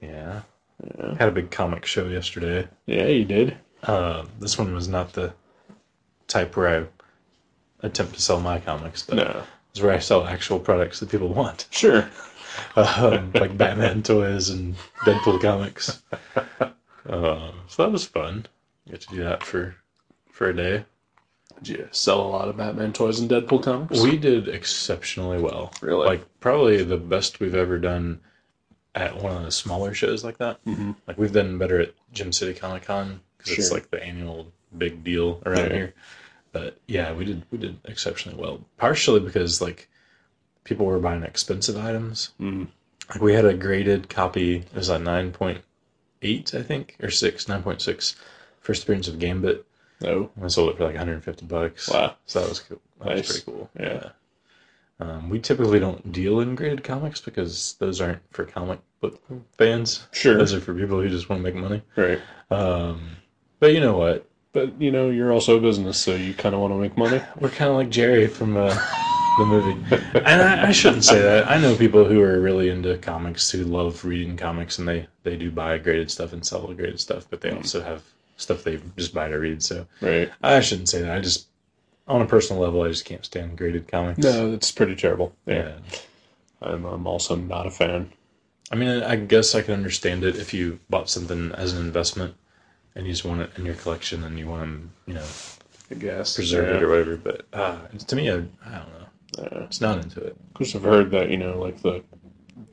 Speaker 2: Yeah. Had a big comic show yesterday.
Speaker 1: Yeah, you did.
Speaker 2: Uh, this one was not the type where I attempt to sell my comics, but
Speaker 1: No,
Speaker 2: it's where I sell actual products that people want, <laughs>
Speaker 1: sure.
Speaker 2: um, like Batman toys and Deadpool <laughs> comics. Um, so that was fun. Get to do that for for a day.
Speaker 1: Did you sell a lot of Batman toys and Deadpool comics?
Speaker 2: We did exceptionally well.
Speaker 1: Really?
Speaker 2: Like probably the best we've ever done at one of the smaller shows like that.
Speaker 1: Mhm.
Speaker 2: Like we've done better at Gym City Comic Con because it's
Speaker 1: Sure.
Speaker 2: like the annual big deal around
Speaker 1: Yeah.
Speaker 2: here. But yeah, we did we did exceptionally well. Partially because like people were buying expensive items.
Speaker 1: Mm.
Speaker 2: Like we had a graded copy. It was a nine point eight, I think, or six, nine point six. First appearance of Gambit.
Speaker 1: No.
Speaker 2: And I sold it for like 150 bucks.
Speaker 1: Wow.
Speaker 2: So that was cool. That was
Speaker 1: Nice.
Speaker 2: pretty cool.
Speaker 1: Yeah.
Speaker 2: Um, we typically don't deal in graded comics because those aren't for comic book fans.
Speaker 1: Sure.
Speaker 2: Those are for people who just want to make money.
Speaker 1: Right.
Speaker 2: Um, but you know what?
Speaker 1: But you know, you're also a business, so you kind of want to make money. <laughs>
Speaker 2: We're kind of like Jerry from uh, the movie. And I, I shouldn't say that. I know people who are really into comics who love reading comics and they, they do buy graded stuff and sell graded stuff, but they also have stuff they just buy to read. So
Speaker 1: Right.
Speaker 2: I shouldn't say that. I just, on a personal level, I just can't stand graded comics.
Speaker 1: No, it's pretty terrible. Yeah.
Speaker 2: Yeah.
Speaker 1: I'm, I'm also not a fan.
Speaker 2: I mean, I guess I can understand it if you bought something as an investment and you just want it in your collection and you want to, you know,
Speaker 1: I guess.
Speaker 2: preserve it or whatever. But uh, it's- to me, I, I don't know.
Speaker 1: Yeah.
Speaker 2: It's not into it.
Speaker 1: Of course, I've heard that you know, like the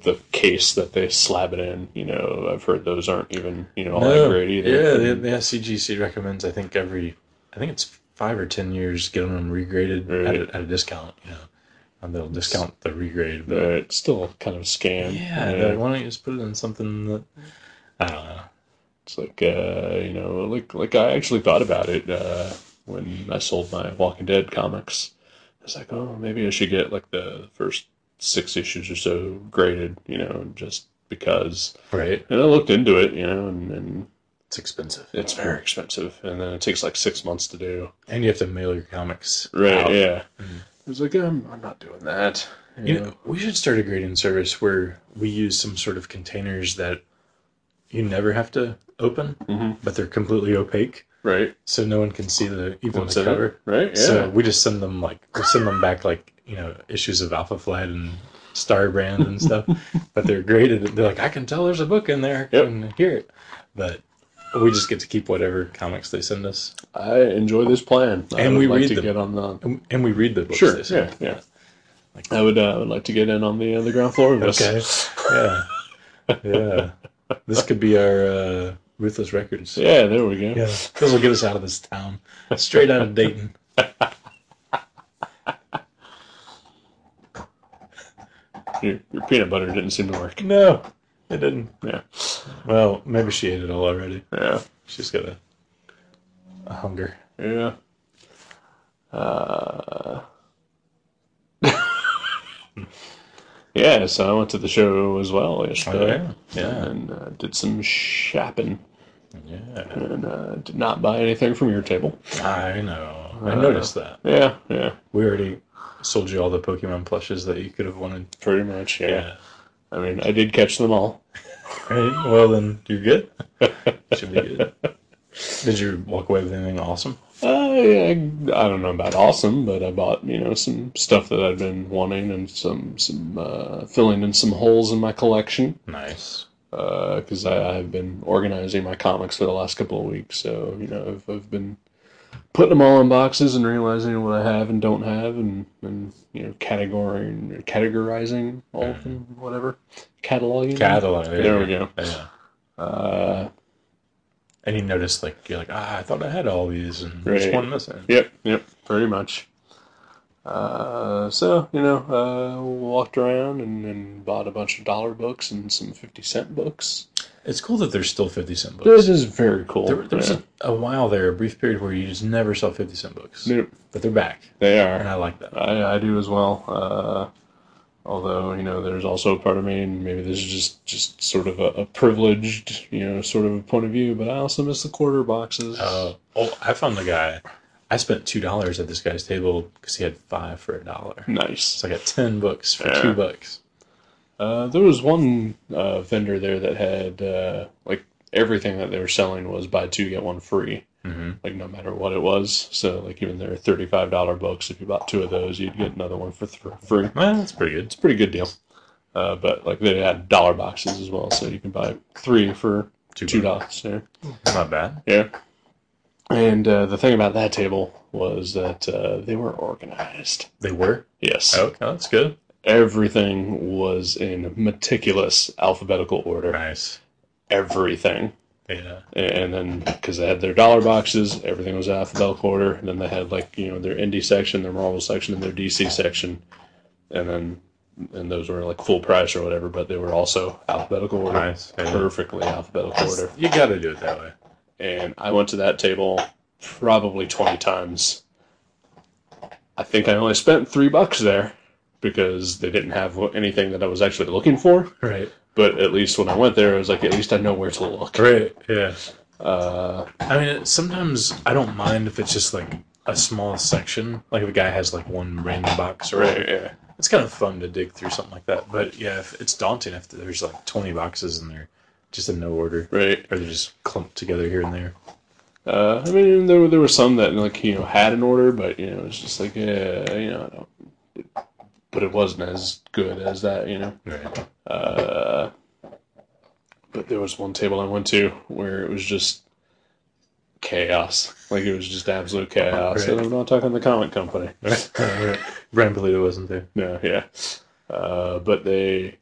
Speaker 1: the case that they slab it in. You know, I've heard those aren't even you know all that great
Speaker 2: yeah,
Speaker 1: either.
Speaker 2: the, the SCGC recommends. I think every, I think it's five or ten years, getting them regraded at,
Speaker 1: Right.
Speaker 2: a, at a discount. You know, and they'll discount the regrade. But
Speaker 1: But it's still kind of a scam.
Speaker 2: yeah, like, why don't you just put it in something that I don't know?
Speaker 1: It's like uh, you know, like like I actually thought about it uh, when I sold my Walking Dead comics. I was like, oh, maybe I should get like the first six issues or so graded, you know, just because.
Speaker 2: Right?
Speaker 1: And I looked into it, you know, and, and
Speaker 2: It's expensive,
Speaker 1: it's very expensive, and then it takes like six months to do.
Speaker 2: and you have to mail your comics.
Speaker 1: Right?
Speaker 2: out.
Speaker 1: Yeah. I
Speaker 2: Mm-hmm.
Speaker 1: was like, I'm, I'm not doing that.
Speaker 2: You know, we should start a grading service where we use some sort of containers that you never have to open,
Speaker 1: Mhm.
Speaker 2: but they're completely opaque,
Speaker 1: right?
Speaker 2: so no one can see the even
Speaker 1: What's
Speaker 2: the
Speaker 1: in
Speaker 2: cover.
Speaker 1: it? Right? Yeah.
Speaker 2: So we just send them like we send them back like you know issues of Alpha Flight and Star Brand
Speaker 1: <laughs>
Speaker 2: and stuff, but they're graded. They're like I can tell there's a book in there. I
Speaker 1: Yep.
Speaker 2: can hear it, but we just get to keep whatever comics they send us,
Speaker 1: I enjoy this plan, I
Speaker 2: And
Speaker 1: would
Speaker 2: we
Speaker 1: like
Speaker 2: read
Speaker 1: to
Speaker 2: them.
Speaker 1: get on the
Speaker 2: and, and we read the books.
Speaker 1: Sure.
Speaker 2: they send.
Speaker 1: Yeah. Yeah. I would. Uh, I would like to get in on the uh, the ground floor of this.
Speaker 2: Okay. Yeah. Yeah. This could be our uh, Ruthless Records.
Speaker 1: Yeah. There we go.
Speaker 2: Yeah. This will get us out of this town. Straight out of Dayton.
Speaker 1: Your, your peanut butter didn't seem to work.
Speaker 2: No, it didn't.
Speaker 1: Yeah.
Speaker 2: Well, maybe she ate it all already.
Speaker 1: Yeah.
Speaker 2: She's got a, a hunger.
Speaker 1: Yeah. Uh. <laughs> yeah. So I went to the show as well yesterday.
Speaker 2: Oh, yeah. Yeah.
Speaker 1: And uh, did some shopping
Speaker 2: Yeah.
Speaker 1: and uh, did not buy anything from your table.
Speaker 2: I know. I noticed that.
Speaker 1: Yeah. Yeah.
Speaker 2: We already sold you all the Pokemon plushes that you could have wanted.
Speaker 1: Pretty much. yeah. I mean, I did catch them all.
Speaker 2: Right? Well, then you're good. Should be good. Did you walk away with anything awesome?
Speaker 1: Uh, yeah, I don't know about awesome, but I bought you know some stuff that I'd been wanting and some some uh, filling in some holes in my collection
Speaker 2: Nice.
Speaker 1: because I, I've been organizing my comics for the last couple of weeks. So you know I've, I've been putting them all in boxes and realizing what I have and don't have and, and you know categorizing categorizing all of them whatever cataloging. them.
Speaker 2: Catalog.
Speaker 1: Mm-hmm. There we go.
Speaker 2: Yeah.
Speaker 1: Uh,
Speaker 2: and you notice like you're like ah I thought I had all these and there's
Speaker 1: Right.
Speaker 2: one missing.
Speaker 1: Yep, yep, pretty much. Uh, so you know, uh, walked around and, and bought a bunch of dollar books and some fifty cent books.
Speaker 2: It's cool that there's still fifty cent books.
Speaker 1: This is very cool.
Speaker 2: There, there was
Speaker 1: Yeah.
Speaker 2: a, a while there, a brief period where you just never saw fifty cent books,
Speaker 1: Nope,
Speaker 2: but they're back,
Speaker 1: they
Speaker 2: and
Speaker 1: are.
Speaker 2: I like that.
Speaker 1: I, I do as well. Uh, although you know, there's also a part of me, and maybe this is just just sort of a, a privileged, you know, sort of a point of view. But I also miss the quarter boxes.
Speaker 2: Uh, oh, I found the guy. I spent two dollars at this guy's table because he had five for a dollar.
Speaker 1: nice.
Speaker 2: So I got ten books for
Speaker 1: Yeah.
Speaker 2: two bucks.
Speaker 1: Uh, there was one uh, vendor there that had uh, like everything that they were selling was buy two get one free,
Speaker 2: Mm-hmm.
Speaker 1: like no matter what it was. So like even their thirty five dollar books, if you bought two of those, you'd get another one for th- free.
Speaker 2: Well, that's pretty good.
Speaker 1: It's a pretty good deal. Uh, but like they had dollar boxes as well, so you can buy three for
Speaker 2: Two
Speaker 1: two
Speaker 2: bucks.
Speaker 1: dollars. Yeah.
Speaker 2: Not bad.
Speaker 1: yeah. And uh, the thing about that table was that uh, they were organized.
Speaker 2: They were. Oh,
Speaker 1: Yes.
Speaker 2: Okay, that's good.
Speaker 1: Everything was in meticulous alphabetical order.
Speaker 2: Nice.
Speaker 1: everything.
Speaker 2: Yeah.
Speaker 1: And then because they had their dollar boxes, everything was alphabetical order. And then they had like you know their indie section, their Marvel section, and their DC section, and then and those were like full price or whatever, but they were also alphabetical order,
Speaker 2: Nice, yeah.
Speaker 1: perfectly alphabetical order.
Speaker 2: You got to do it that way.
Speaker 1: And I went to that table probably twenty times. I think I only spent three bucks there. because they didn't have wh- anything that I was actually looking for.
Speaker 2: Right.
Speaker 1: But at least when I went there, I was like, at least I know where to look.
Speaker 2: Right. Yeah.
Speaker 1: Uh,
Speaker 2: I mean, it- sometimes I don't mind if it's just like a small section. Like if a guy has like one random box or
Speaker 1: right, yeah.
Speaker 2: it's kind of fun to dig through something like that. But yeah, if it's daunting if there's like 20 boxes in there, just in no order,
Speaker 1: Right.
Speaker 2: or they're just clumped together here and there.
Speaker 1: Uh, I mean, there were there were some that like you know had an order, but you know it's just like yeah, you know, I don't, but it wasn't as good as that, you know.
Speaker 2: <laughs> Right.
Speaker 1: Uh, but there was one table I went to where it was just chaos, like it was just absolute chaos. And
Speaker 2: Right.
Speaker 1: I'm not talking the comic company.
Speaker 2: Brian Polito wasn't there.
Speaker 1: No, yeah. Uh, but they,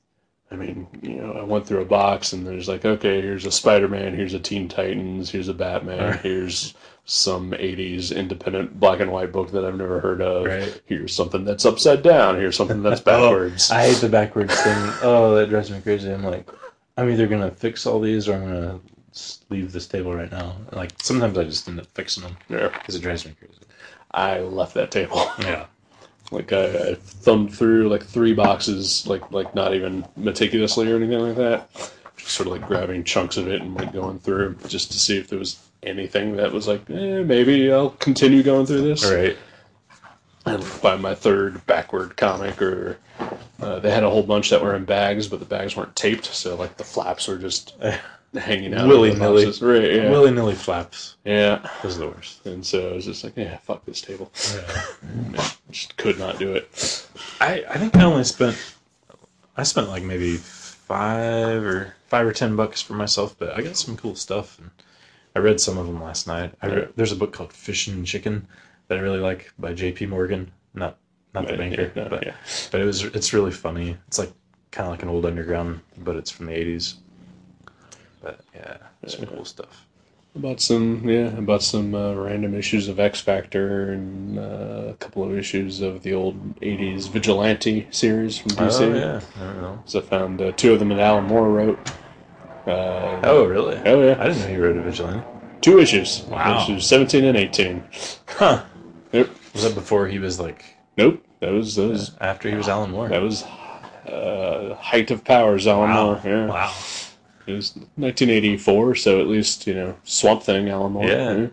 Speaker 1: I mean, you know, I went through a box and there's like, okay, here's a Spider Man, here's a Teen Titans, here's a Batman,
Speaker 2: Alright.
Speaker 1: here's some 80s independent black and white book that I've never heard of.
Speaker 2: Right.
Speaker 1: Here's something that's upside down, here's something <laughs> that's backwards.
Speaker 2: I hate the backwards thing. Oh, that drives me crazy. I'm like, I'm either gonna fix all these or I'm gonna s- leave this table right now. Like sometimes I just end up fixing them
Speaker 1: Yeah.
Speaker 2: because it drives me crazy.
Speaker 1: I left that <laughs> table.
Speaker 2: Yeah.
Speaker 1: Like I, I thumbed through like three boxes, like like not even meticulously or anything like that. Just sort of like grabbing chunks of it and like going through just to see if there was anything that was like, eh, maybe I'll continue going through this.
Speaker 2: All right. <laughs>
Speaker 1: And by my third backward comic, or uh, they had a whole bunch that were in bags, but the bags weren't taped, so like the flaps were just hanging out. of the
Speaker 2: Willy-nilly.
Speaker 1: boxes. right? Yeah.
Speaker 2: Willy nilly flaps.
Speaker 1: yeah.
Speaker 2: Those are the worst.
Speaker 1: And so I was just like, yeah, fuck this table.
Speaker 2: Yeah.
Speaker 1: Just could not do it.
Speaker 2: I, I think I only spent I spent like maybe five or five or ten bucks for myself, but I got some cool stuff and I read some of them last night. I re- there's a book called Fish and Chicken that I really like by J.P. Morgan, not not the banker,
Speaker 1: Yeah, no,
Speaker 2: but
Speaker 1: yeah.
Speaker 2: but it was it's really funny. It's like kind of like an old underground, but it's from the '80s. But yeah, some cool stuff.
Speaker 1: About some, yeah, about some uh, random issues of X Factor and uh, a couple of issues of the old '80s Vigilante series from DC.
Speaker 2: Oh yeah, I don't know.
Speaker 1: So I found uh, two of them that Alan Moore wrote. Uh,
Speaker 2: Oh really?
Speaker 1: oh yeah,
Speaker 2: I didn't know he wrote a vigilante.
Speaker 1: two issues.
Speaker 2: Wow.
Speaker 1: Issues 17 and 18.
Speaker 2: Huh?
Speaker 1: Yep.
Speaker 2: Was that before he was like
Speaker 1: Nope. That was that was
Speaker 2: after he was Alan Moore?
Speaker 1: that was uh, height of powers Alan Moore. Yeah.
Speaker 2: Wow.
Speaker 1: It was 1984, so at least you know Swamp Thing Alan Moore.
Speaker 2: Yeah.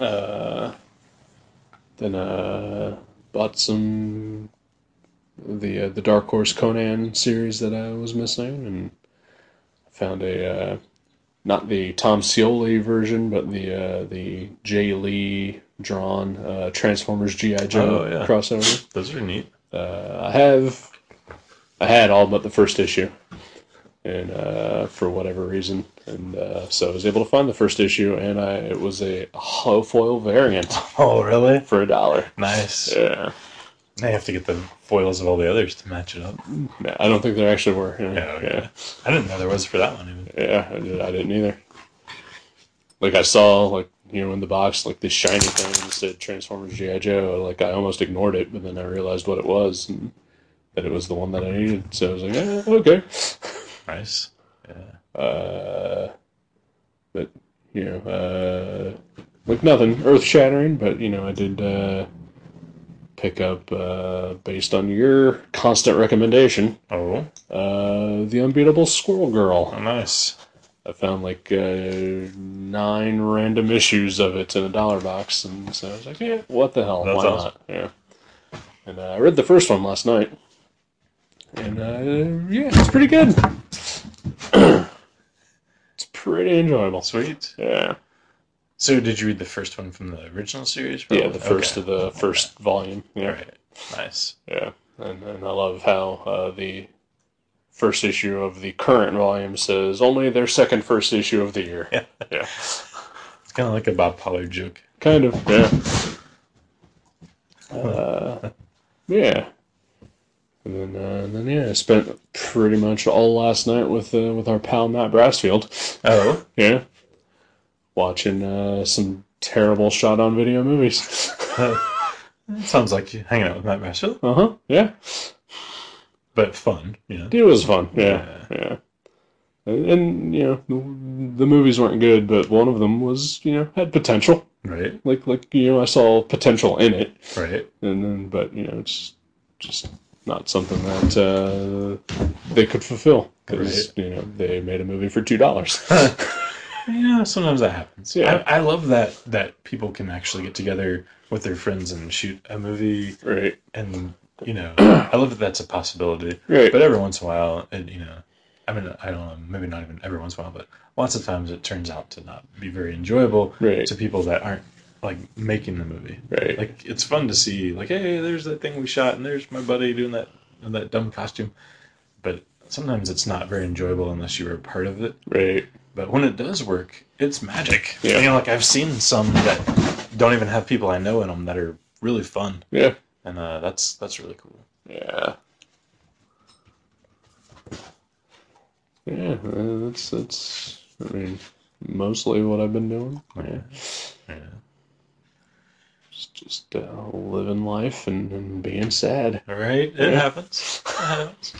Speaker 2: Okay.
Speaker 1: Then uh, bought some the uh, the Dark Horse Conan series that I was missing, and found a uh, not the Tom Scioli version, but the uh, the Jay Lee drawn uh, Transformers GI Joe
Speaker 2: Oh, yeah.
Speaker 1: crossover.
Speaker 2: Those are neat.
Speaker 1: Uh, I have I had all but the first issue, and uh, for whatever reason, and uh, so I was able to find the first issue, and I it was a hollow foil variant
Speaker 2: Oh, really?
Speaker 1: for a dollar.
Speaker 2: Nice.
Speaker 1: Yeah.
Speaker 2: They have to get the foils of all the others to match it up.
Speaker 1: No, I don't think there actually were. Yeah,
Speaker 2: Yeah, okay. I didn't know there was for that one even.
Speaker 1: yeah, yeah, I, did, I didn't either. Like I saw, like you know, in the box, like this shiny thing that said Transformers GI Joe. Like I almost ignored it, but then I realized what it was, and that it was the one that I needed. So I was like, eh, okay.
Speaker 2: Nice.
Speaker 1: Uh, but you know, uh, like nothing earth shattering, but you know, I did uh, pick up uh, based on your constant recommendation,
Speaker 2: Oh,
Speaker 1: uh, the unbeatable Squirrel Girl.
Speaker 2: oh nice.
Speaker 1: I found like uh, nine random issues of it in a dollar box, and so I was like, "Yeah, what the hell?
Speaker 2: That's
Speaker 1: Why
Speaker 2: awesome.
Speaker 1: not?" Yeah. And uh, I read the first one last night, and uh, yeah, it's pretty good. <clears throat> it's pretty enjoyable.
Speaker 2: Sweet.
Speaker 1: Yeah,
Speaker 2: So, did you read the first one from the original series?
Speaker 1: yeah, the first of the first volume.
Speaker 2: Oh, All
Speaker 1: Yeah,
Speaker 2: right. Nice.
Speaker 1: yeah, and, and I love how uh, the first issue of the current volume says only their second first issue of the year.
Speaker 2: Yeah.
Speaker 1: yeah.
Speaker 2: It's kind of like a Bob Pollard joke.
Speaker 1: Kind of, yeah. Uh, yeah. And then, uh, and then, yeah, I spent pretty much all last night with uh, with our pal Matt Brassfield.
Speaker 2: Oh,
Speaker 1: Yeah, watching uh, some terrible shot on video movies.
Speaker 2: <laughs>
Speaker 1: <laughs>
Speaker 2: it sounds like you hanging out with Matt Marshall,
Speaker 1: Uh huh. Yeah,
Speaker 2: but fun. You know.
Speaker 1: it was fun. Yeah, yeah. And, and you know, the, the movies weren't good, but one of them was you know had potential.
Speaker 2: Right.
Speaker 1: Like like you know, I saw potential in it.
Speaker 2: Right.
Speaker 1: and then but you know it's just not something that uh, they could fulfill because
Speaker 2: Right.
Speaker 1: you know they made a movie for two dollars.
Speaker 2: <laughs> Yeah, sometimes that happens.
Speaker 1: Yeah.
Speaker 2: I, I love that that people can actually get together with their friends and shoot a movie,
Speaker 1: right,
Speaker 2: and you
Speaker 1: <clears throat>
Speaker 2: know, I love that that's a possibility.
Speaker 1: right,
Speaker 2: But every once in a while, it, you know, I mean, I don't know, maybe not even every once in a while, but lots of times it turns out to not be very enjoyable
Speaker 1: Right.
Speaker 2: to people that aren't like making the movie.
Speaker 1: right.
Speaker 2: Like it's fun to see, like, hey, there's that thing we shot, and there's my buddy doing that in that dumb costume, but sometimes it's not very enjoyable unless you were a part of it.
Speaker 1: Right.
Speaker 2: But when it does work, it's magic.
Speaker 1: Yeah.
Speaker 2: You know, like I've seen some that don't even have people I know in them that are really fun,
Speaker 1: Yeah.
Speaker 2: and uh, that's that's really cool.
Speaker 1: Yeah. Yeah. uh, That's that's. I mean, mostly what I've been doing. Yeah.
Speaker 2: Yeah.
Speaker 1: Just, just uh, living life and, and being sad.
Speaker 2: All right, it happens. It happens.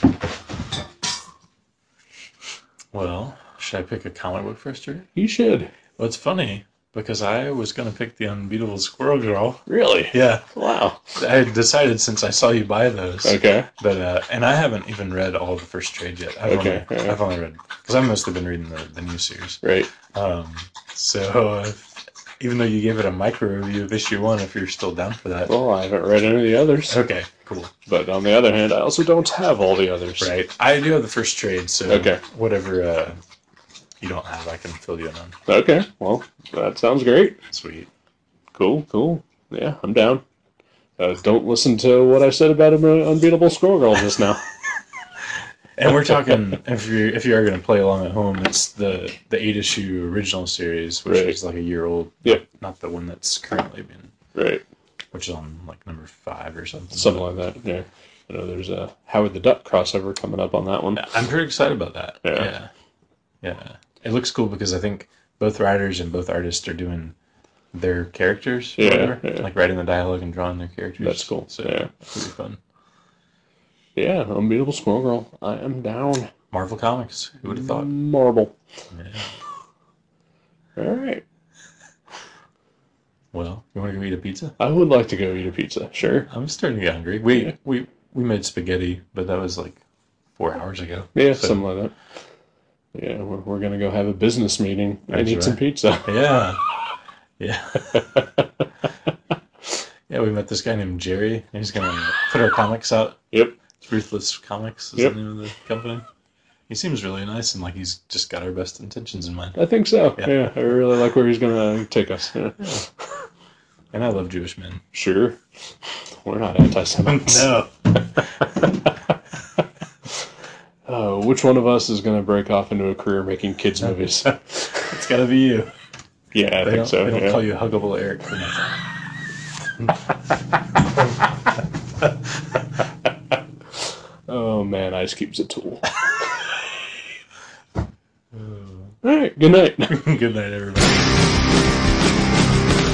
Speaker 2: Well, should I pick a comic book first, or
Speaker 1: You should
Speaker 2: well, it's funny because I was gonna pick the unbeatable Squirrel Girl.
Speaker 1: really.
Speaker 2: Yeah,
Speaker 1: Wow.
Speaker 2: I decided since I saw you buy those.
Speaker 1: Okay.
Speaker 2: But uh, and I haven't even read all the first trade yet. I've
Speaker 1: Okay,
Speaker 2: only
Speaker 1: yeah.
Speaker 2: I've only read because I've mostly been reading the, the new series.
Speaker 1: Right.
Speaker 2: Um, so uh, even though you gave it a micro review of issue one, if you're still down for that,
Speaker 1: Well, I haven't read any of the others,
Speaker 2: okay, cool,
Speaker 1: but on the other hand, I also don't have all the others.
Speaker 2: right? I do have the first trade, so
Speaker 1: Okay.
Speaker 2: whatever uh, you don't have, I can fill you in on.
Speaker 1: Okay. Well, that sounds great.
Speaker 2: Sweet.
Speaker 1: Cool. Cool. Yeah, I'm down. Uh, don't listen to what I said about Unbe- Unbeatable Squirrel Girl just
Speaker 2: <laughs>
Speaker 1: now.
Speaker 2: And
Speaker 1: <laughs>
Speaker 2: we're talking if you if you are going to play along at home, it's the the eight issue original series, which
Speaker 1: Right.
Speaker 2: is like a year old.
Speaker 1: Yep.
Speaker 2: Not the one that's currently being,
Speaker 1: right.
Speaker 2: which is on like number five or something.
Speaker 1: something like that. Yeah, I know there's a Howard the Duck crossover coming up on that one.
Speaker 2: I'm pretty excited about that.
Speaker 1: Yeah.
Speaker 2: yeah. Yeah. It looks cool because I think both writers and both artists are doing their characters. or
Speaker 1: Yeah,
Speaker 2: whatever,
Speaker 1: yeah.
Speaker 2: Like writing the dialogue and drawing their characters.
Speaker 1: That's cool,
Speaker 2: So
Speaker 1: yeah.
Speaker 2: that could be fun.
Speaker 1: Yeah, Unbeatable Squirrel Girl. I am down.
Speaker 2: Marvel Comics. Who would have thought?
Speaker 1: Marble.
Speaker 2: Yeah.
Speaker 1: All right.
Speaker 2: Well, you want to go eat a pizza?
Speaker 1: I would like to go eat a pizza. Sure.
Speaker 2: I'm starting to get hungry. We
Speaker 1: Yeah.
Speaker 2: we we made spaghetti, but that was like four hours ago.
Speaker 1: Yeah,
Speaker 2: So-
Speaker 1: something like that. Yeah, we're, we're gonna go have a business meeting and
Speaker 2: That's
Speaker 1: eat some
Speaker 2: right.
Speaker 1: pizza.
Speaker 2: Yeah. Yeah.
Speaker 1: <laughs>
Speaker 2: yeah, we met this guy named Jerry, and he's going to put our comics out.
Speaker 1: Yep.
Speaker 2: Ruthless Comics is
Speaker 1: Yep.
Speaker 2: the name of the company. He seems really nice and like he's just got our best intentions in mind.
Speaker 1: I think so. Yeah,
Speaker 2: Yeah.
Speaker 1: I really like where he's gonna take us. Yeah.
Speaker 2: And I love Jewish
Speaker 1: <laughs>
Speaker 2: men.
Speaker 1: Sure. We're not anti-Semites. <laughs> Uh, which one of us is gonna break off into a career making kids movies?
Speaker 2: it's got to be you.
Speaker 1: yeah, I
Speaker 2: They
Speaker 1: think
Speaker 2: don't,
Speaker 1: so.
Speaker 2: they don't
Speaker 1: yeah.
Speaker 2: call you Huggable Eric for nothing. <laughs>
Speaker 1: Oh man, Ice Cube's a tool. All right, good night.
Speaker 2: Good night, everybody.